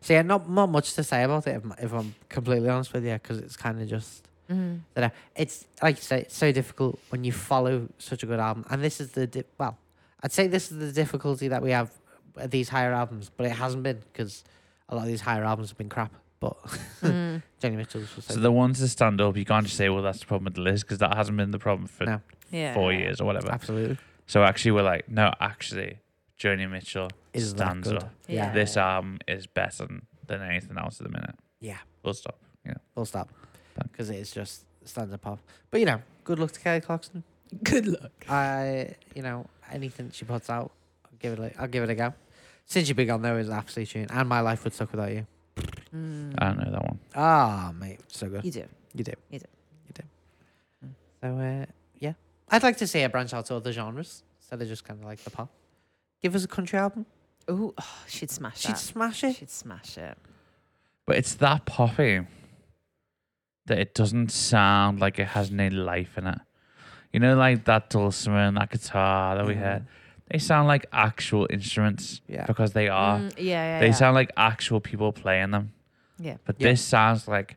So yeah, not not much to say about it if, I'm- if I'm completely honest with you, because it's kind of just
Mm.
I dunno. It's like you say, it's so difficult when you follow such a good album, and this is the di- well, I'd say this is the difficulty that we have at these higher albums, but it hasn't been because a lot of these higher albums have been crap. But
Hmm.
Mm.
Joni Mitchell's was so,
So the ones that stand up, you can't just say, "Well, that's the problem with the list," because that hasn't been the problem for
No.
Yeah.
four years or whatever.
absolutely
So actually, we're like, no, actually, Joni Mitchell
is that
stands
good.
up.
Yeah.
This album is better than- than anything else at the minute.
Yeah.
Full stop.
Full stop.
Thank-
Because it is just standard pop. But you know, good luck to Kelly Clarkson.
Good luck.
I, you know, anything she puts out, I'll give it. A, I'll give it a go. Since you've been gone, though, is an absolute tune. And my life would suck without you.
Mm.
I don't know that one.
Ah, mate, so good.
You do.
You do.
You do.
You do. So, uh, yeah. I'd like to see her branch out to other genres instead of just kind of like the pop. Give us a country album.
Ooh, oh, she'd smash
She'd
that.
smash it.
She'd smash it.
But it's that poppy that it doesn't sound like it has any life in it. You know, like that dulcimer and that guitar that we
Mm.
heard. They sound like actual instruments
Yeah.
because they are.
Mm, yeah, yeah.
Ah. They
yeah.
sound like actual people playing them.
Yeah.
But
Yeah.
this sounds like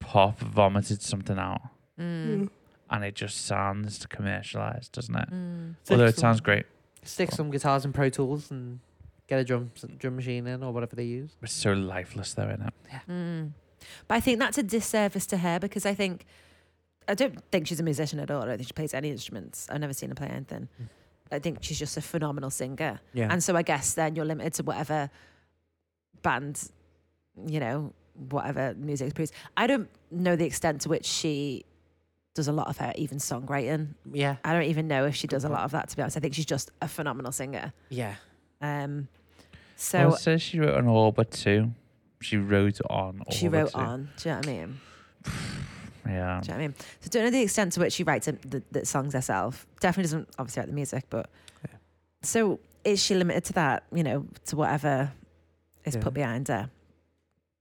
pop vomited something out.
Mm.
and it just sounds commercialized, doesn't it?
Mm.
Although
Stick
it
some-
sounds great,
Stick some guitars and Pro Tools and get a drum drum machine in or whatever they use.
it's so lifeless though, isn't it?
Mm. But I think that's a disservice to her because I think I don't think she's a musician at all. I don't think she plays any instruments. I've never seen her play anything.
Mm.
I think she's just a phenomenal singer.
Yeah.
And so I guess then you're limited to whatever band, you know, whatever music produced. I don't know the extent to which she does a lot of her even songwriting.
yeah.
I don't even know if she
Good
does a
point.
lot of that to be honest. I think she's just a phenomenal singer.
Yeah.
Um so
So well, it says she wrote on all but two. She wrote on all
she
but
wrote
two.
on. Do you know what I mean?
Yeah.
Do you know what I mean? So don't know the extent to which she writes um, the, the songs herself. Definitely doesn't obviously write the music, but
Yeah.
so is she limited to that? You know, to whatever is
Yeah.
put behind her.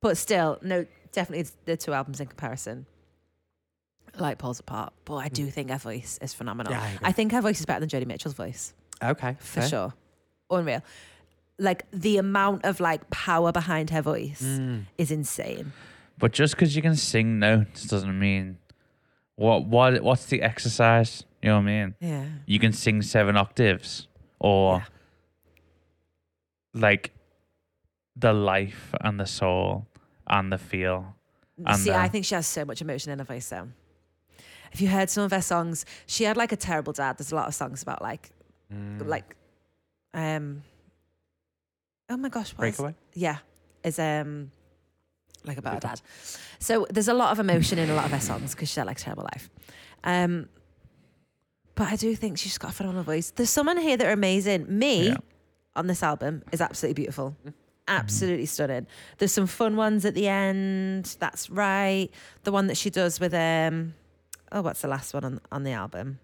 But still, no, definitely it's the two albums in comparison. Like pulls apart, but I do think her voice is phenomenal.
Mm. Yeah, I agree.
I think her voice is better than Jodie Mitchell's voice
Okay.
for
fair.
sure. Unreal. Like the amount of like power behind her voice
Mm.
is insane.
But just because you can sing notes doesn't mean what what what's the exercise? You know what I mean?
Yeah.
You can sing seven octaves or
Yeah.
like the life and the soul and the feel And,
See,
uh,
I think she has so much emotion in her voice. So, if you heard some of her songs, she had like a terrible dad. There's a lot of songs about like,
Mm.
Mm.
like, um, oh my gosh, what is-
Breakaway.
yeah, is um, like about her dad. So there's a lot of emotion in a lot of her songs because she had like a terrible life. Um, but I do think she's just got a phenomenal voice. There's some in here that are amazing. Me
Yeah.
on this album is absolutely beautiful. Absolutely stunning. There's some fun ones at the end. That's right. The one that she does with um oh what's the last one on, on the album?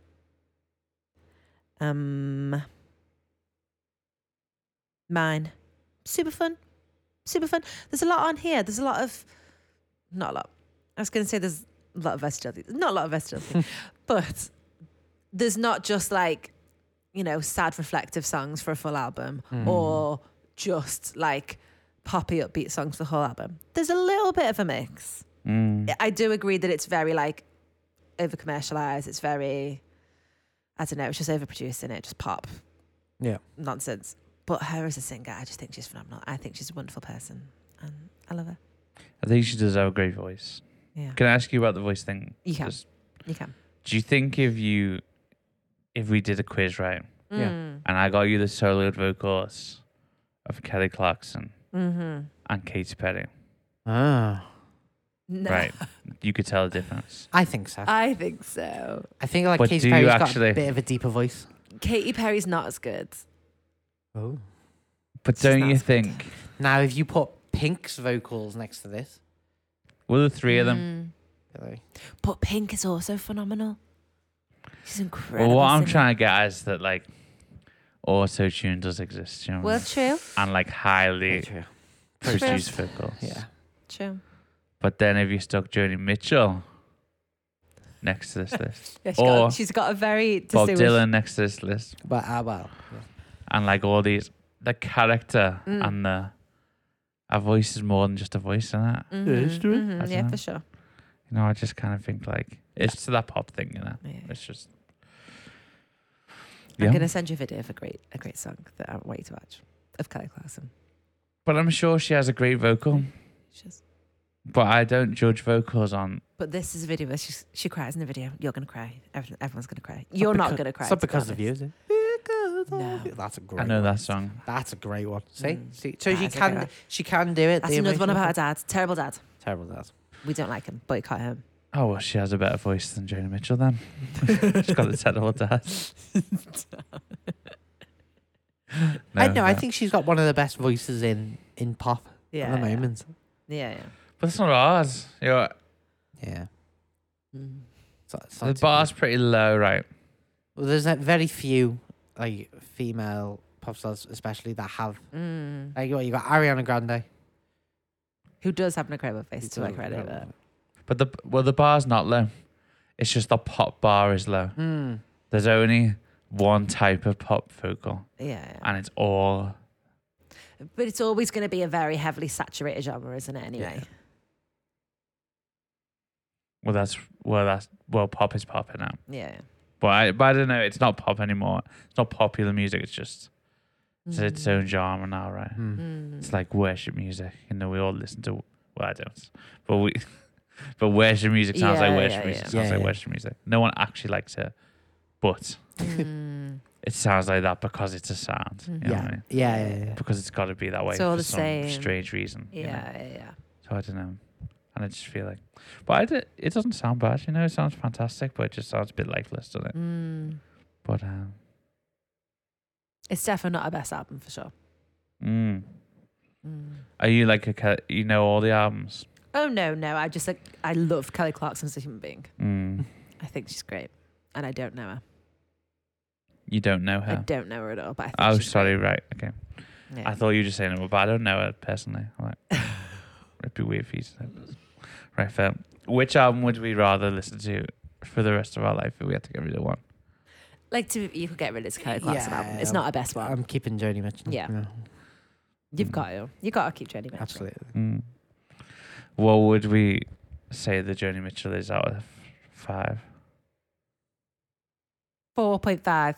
Um Mine. Super fun. Super fun. There's a lot on here. There's a lot of not a lot. I was gonna say there's a lot of versatility. Not a lot of versatility. but there's not just like, you know, sad reflective songs for a full album
Mm.
Mm.
or just like poppy upbeat songs for the whole album. There's a little bit of a mix.
Mm.
I do agree that it's very like over commercialized. It's very, I don't know, it's just overproducing it, just pop
Yeah.
nonsense. But her as a singer, I just think she's phenomenal. I think she's a wonderful person and I love her.
I think she does have a great voice.
Yeah.
Can I ask you about the voice thing?
You can.
Just-
You can.
do you think if you, if we did a quiz right,
Yeah.
Mm.
and I got you the soloed vocals of Kelly Clarkson
Mm-hmm.
and Katy Perry,
Oh.
No.
right? You could tell the difference.
I think so.
I think so.
I think like
But do
Katy
you
Perry's got
actually-
a bit of a deeper voice.
Katy Perry's not as good.
Oh.
But
She's
don't
not
you
as good.
think?
Now, if you put Pink's vocals next to this,
Were the three of them?
Mm.
really,
But Pink is also phenomenal. She's incredible.
Well, what I'm
singer.
trying to get is that like auto tune does exist, you know,
Well, true,
and like highly
true.
True.
produced vocals.
Yeah.
true.
But then if you stuck Joni Mitchell next to this list,
Yeah,
she's got- Or
she's got a very
Bob Dylan next to this list,
But ah, well.
and like all these, the character
Mm.
and the a voice is more than just a voice in that.
it's true.
I
Mm-hmm, Yeah,
dunno.
for sure.
You know, I just kind of think like it's to that pop thing, you know.
Yeah.
It's just
I'm
yeah.
gonna send you a video of a great, a great song that I want you to watch of Kelly Clarkson.
But I'm sure she has a great vocal.
She's,
But I don't judge vocals on.
but this is a video where she's, she cries in the video. You're gonna cry. Everyone, everyone's gonna cry. You're not gonna cry.
It's not
to be
because of you,
honest.
is it? Because
No.
of you. That's a great.
I know
one.
that song.
That's a great one. See,
Mm.
see. So
That
she
is a great
can,
one.
she can do it.
That's
the
another one about her
emotional-
dad. Terrible dad.
Terrible. That.
We don't like him. Boycott him.
Oh well, she has a better voice than Joni Mitchell. Then she's got the terrible dad.
I know. I think she's got one of the best voices in in pop
Yeah.
at the moment.
Yeah. yeah.
but it's not ours. You know,
Yeah.
Mm.
It's not- it's not
the
too
bar's
bad.
pretty low, right?
Well, there's like, very few like female pop stars, especially that have
Mm.
like what you got Ariana Grande.
Who does have an incredible face to my
It's a-
credit? but-
But the well, the bar's not low. It's just the pop bar is low.
Hmm.
There's only one type of pop vocal,
Yeah. yeah.
and it's all
But it's always going to be a very heavily saturated genre, isn't it? Anyway.
well. That's well. That's well. Pop is popping now.
Yeah.
But I, but I don't know. It's not pop anymore. It's not popular music. It's just it's its
Mm.
own genre now, right?
Hmm.
Mm.
It's like worship music. You know, we all listen to. Well, I don't, but we. But worship music sounds
Yeah,
like worship
yeah,
music.
yeah.
Sounds
Yeah,
like
yeah.
worship music. No one actually likes it, but
Mm.
it sounds like that because it's a sound. You know
Yeah.
what I mean?
Yeah. Yeah. yeah.
Because it's got to be that way
Mm-hmm. It's all
for
the
some
same.
strange reason. you
Yeah.
know?
Yeah. yeah.
So I don't know, and I just feel like, but I d- it doesn't sound bad. You know, it sounds fantastic, but it just sounds a bit lifeless, doesn't it?
Mm.
But um,
It's definitely not our best album for sure.
mm.
Mm.
are you like a ca- you know all the albums?
Oh no, no! I just like I love Kelly Clarkson as a human being.
Mm.
I think she's great, and I don't know her.
You don't know
I
her.
don't know her at all. But I think
Oh,
she's
sorry. Right. Okay.
Great. Yeah.
I thought you were just saying it, but I don't know it personally. I'm like, it'd be weird for you to know. Right, fair. Which album would we rather listen to for the rest of our life if we had to get rid of one?
like to you could get rid of this Kelly Clarkson album.
Yeah.
It's not our best one.
I'm keeping Joni Mitchell.
Yeah.
No,
You've got to. You got to keep Jenny. Mitchell.
absolutely.
Mm. What would we say the Joni Mitchell is out of five?
Four point five.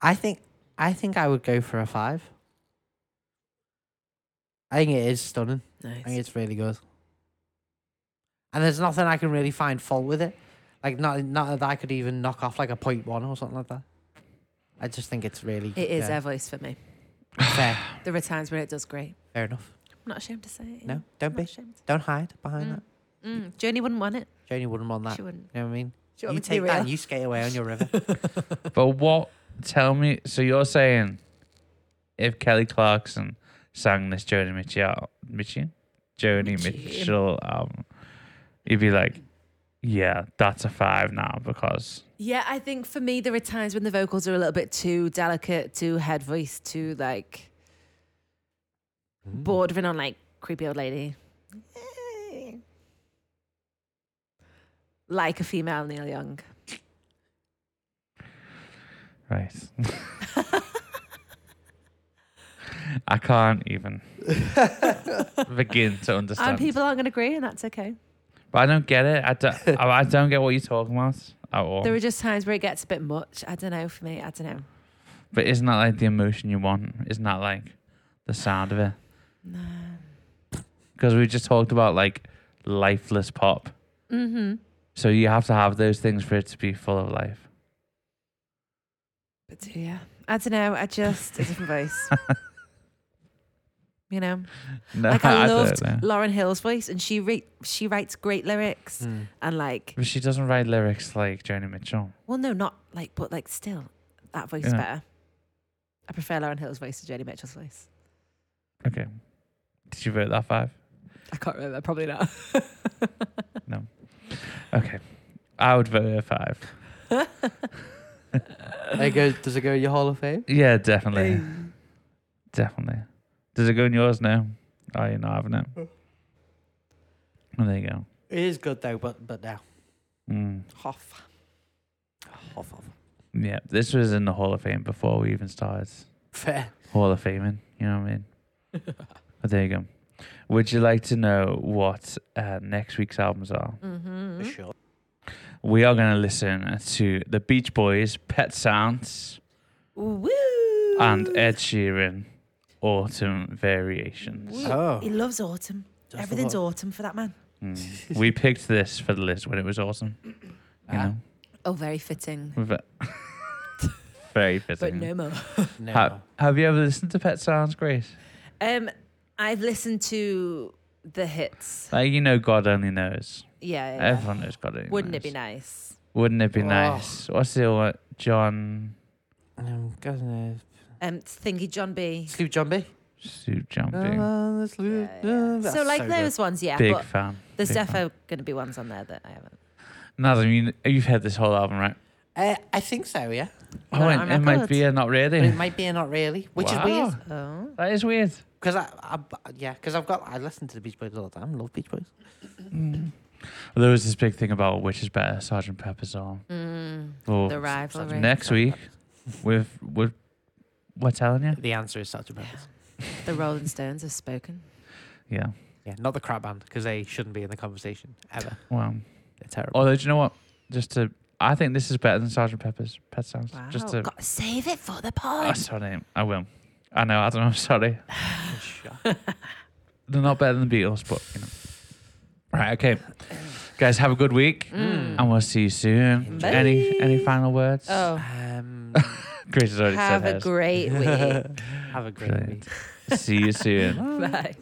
I think I think I would go for a five. I think it is stunning.
Nice.
I think it's really good. And there's nothing I can really find fault with it. Like not not that I could even knock off like a point one or something like that. I just think it's really
It is
yeah,
Evoice for me.
fair.
There are times where it does great.
Fair enough.
I'm not ashamed to say it. you
No,
know.
don't
I'm not
be.
ashamed.
Don't hide behind
Mm.
that.
Mm. Journey wouldn't want it.
Joni wouldn't want that.
She
You
wouldn't.
know what I mean?
She
you take that and you skate away on your river.
But what? Tell me. So you're saying if Kelly Clarkson sang this Joni Mitchell, Mitchell, Joni
Mitchell.
Mitchell album, you'd be like, yeah, that's a five now because
Yeah, I think for me, there are times when the vocals are a little bit too delicate, too head voice, too like bordering on like creepy old lady. Like a female Neil Young.
right. I can't even
Hmm.
begin to understand.
And people aren't going to agree, and that's okay.
But I don't get it. I don't, I I don't get what you're talking about at all.
There are just times where it gets a bit much. I don't know for me. I don't know.
But isn't that like the emotion you want? Isn't that like the sound of it?
No.
Because we just talked about like lifeless pop.
Mm-hmm.
So you have to have those things for it to be full of life.
But do yeah. I don't know. I just, a different voice. You know,
No,
like I,
don't
loved
know.
Lauren Hill's voice, and she re- she writes great lyrics,
Mm.
and like
But she doesn't write lyrics like Joni Mitchell.
Well, no, not like, but like, still, that voice is
Yeah.
better. I prefer Lauren Hill's voice to Joni Mitchell's voice.
Okay. Did you vote that five?
I can't remember. Probably not.
Okay. I would vote her five.
There goes, does it go in your Hall of Fame?
Yeah, definitely. definitely. Does it go in yours now? Oh, you're not having it. Well, there you go.
It is good though, but but now.
Mm.
Hoff.
Off, off.
Yeah, this was in the Hall of Fame before we even started
Fair.
Hall of Faming. You know what I mean? but there you go. Would you like to know what uh, next week's albums are?
Mm-hmm.
For sure.
We are going to listen to the Beach Boys, Pet Sounds,
Woo!
and Ed Sheeran, Autumn Variations.
Woo.
Oh.
He loves autumn.
Just
Everything's
what-
autumn for that man.
Mm. we picked this for the list when it was autumn. You
Ah.
know,
Oh, very fitting.
With a- very
But
fitting.
no more.
No.
Ha- have you ever listened to Pet Sounds, Grace?
Um, I've listened to the hits.
Like you know, God only knows.
Yeah. yeah, yeah.
Everyone knows God only
Wouldn't
knows.
it be nice?
Wouldn't it be
Oh.
nice? What's the other one? John
Um, goes in
Um, thingy John
a
B.
Sloop Jumbie.
Suit Jumping?
Uh, let's
Yeah,
loop-
yeah.
uh, that's
So like
good.
those ones, yeah.
Big
but
fan.
there's
big fan.
defo going to be ones on there that I haven't.
Nazim, you, you've heard this whole album, right?
Uh, I think so, yeah.
Oh,
Got it
it,
on
it might
record.
be a not
But
really.
it might be a not really, which is weird.
Wow,
Oh.
That is weird.
Because I, I, yeah, because I've got, I listen to the Beach Boys all the time. Love Beach Boys.
Mm. There was this big thing about which is better, Sergeant Pepper's or
Mm.
or
The rivalry.
next
Sorry.
week. With with we're telling you,
uh, The answer is Sgt. Pepper's.
The Rolling Stones have spoken.
yeah.
Yeah, not the crap band because they shouldn't be in the conversation ever.
Well,
They're terrible.
although do you know what? Just to, I think this is better than Sergeant Pepper's Pet Sounds.
Wow.
Just to,
Got to save it for the
oh,
pod.
sorry, I will. I know. I don't know. I'm sorry.
Sure.
Oh.
They're not better than the Beatles, but you know. Right. Okay, guys, have a good week,
Mm.
and we'll see you soon.
Bye.
Any any final words?
Oh,
Um,
Grace has already
have
said
a
hers.
great week.
have a great
Brilliant.
week.
See you soon.
Bye.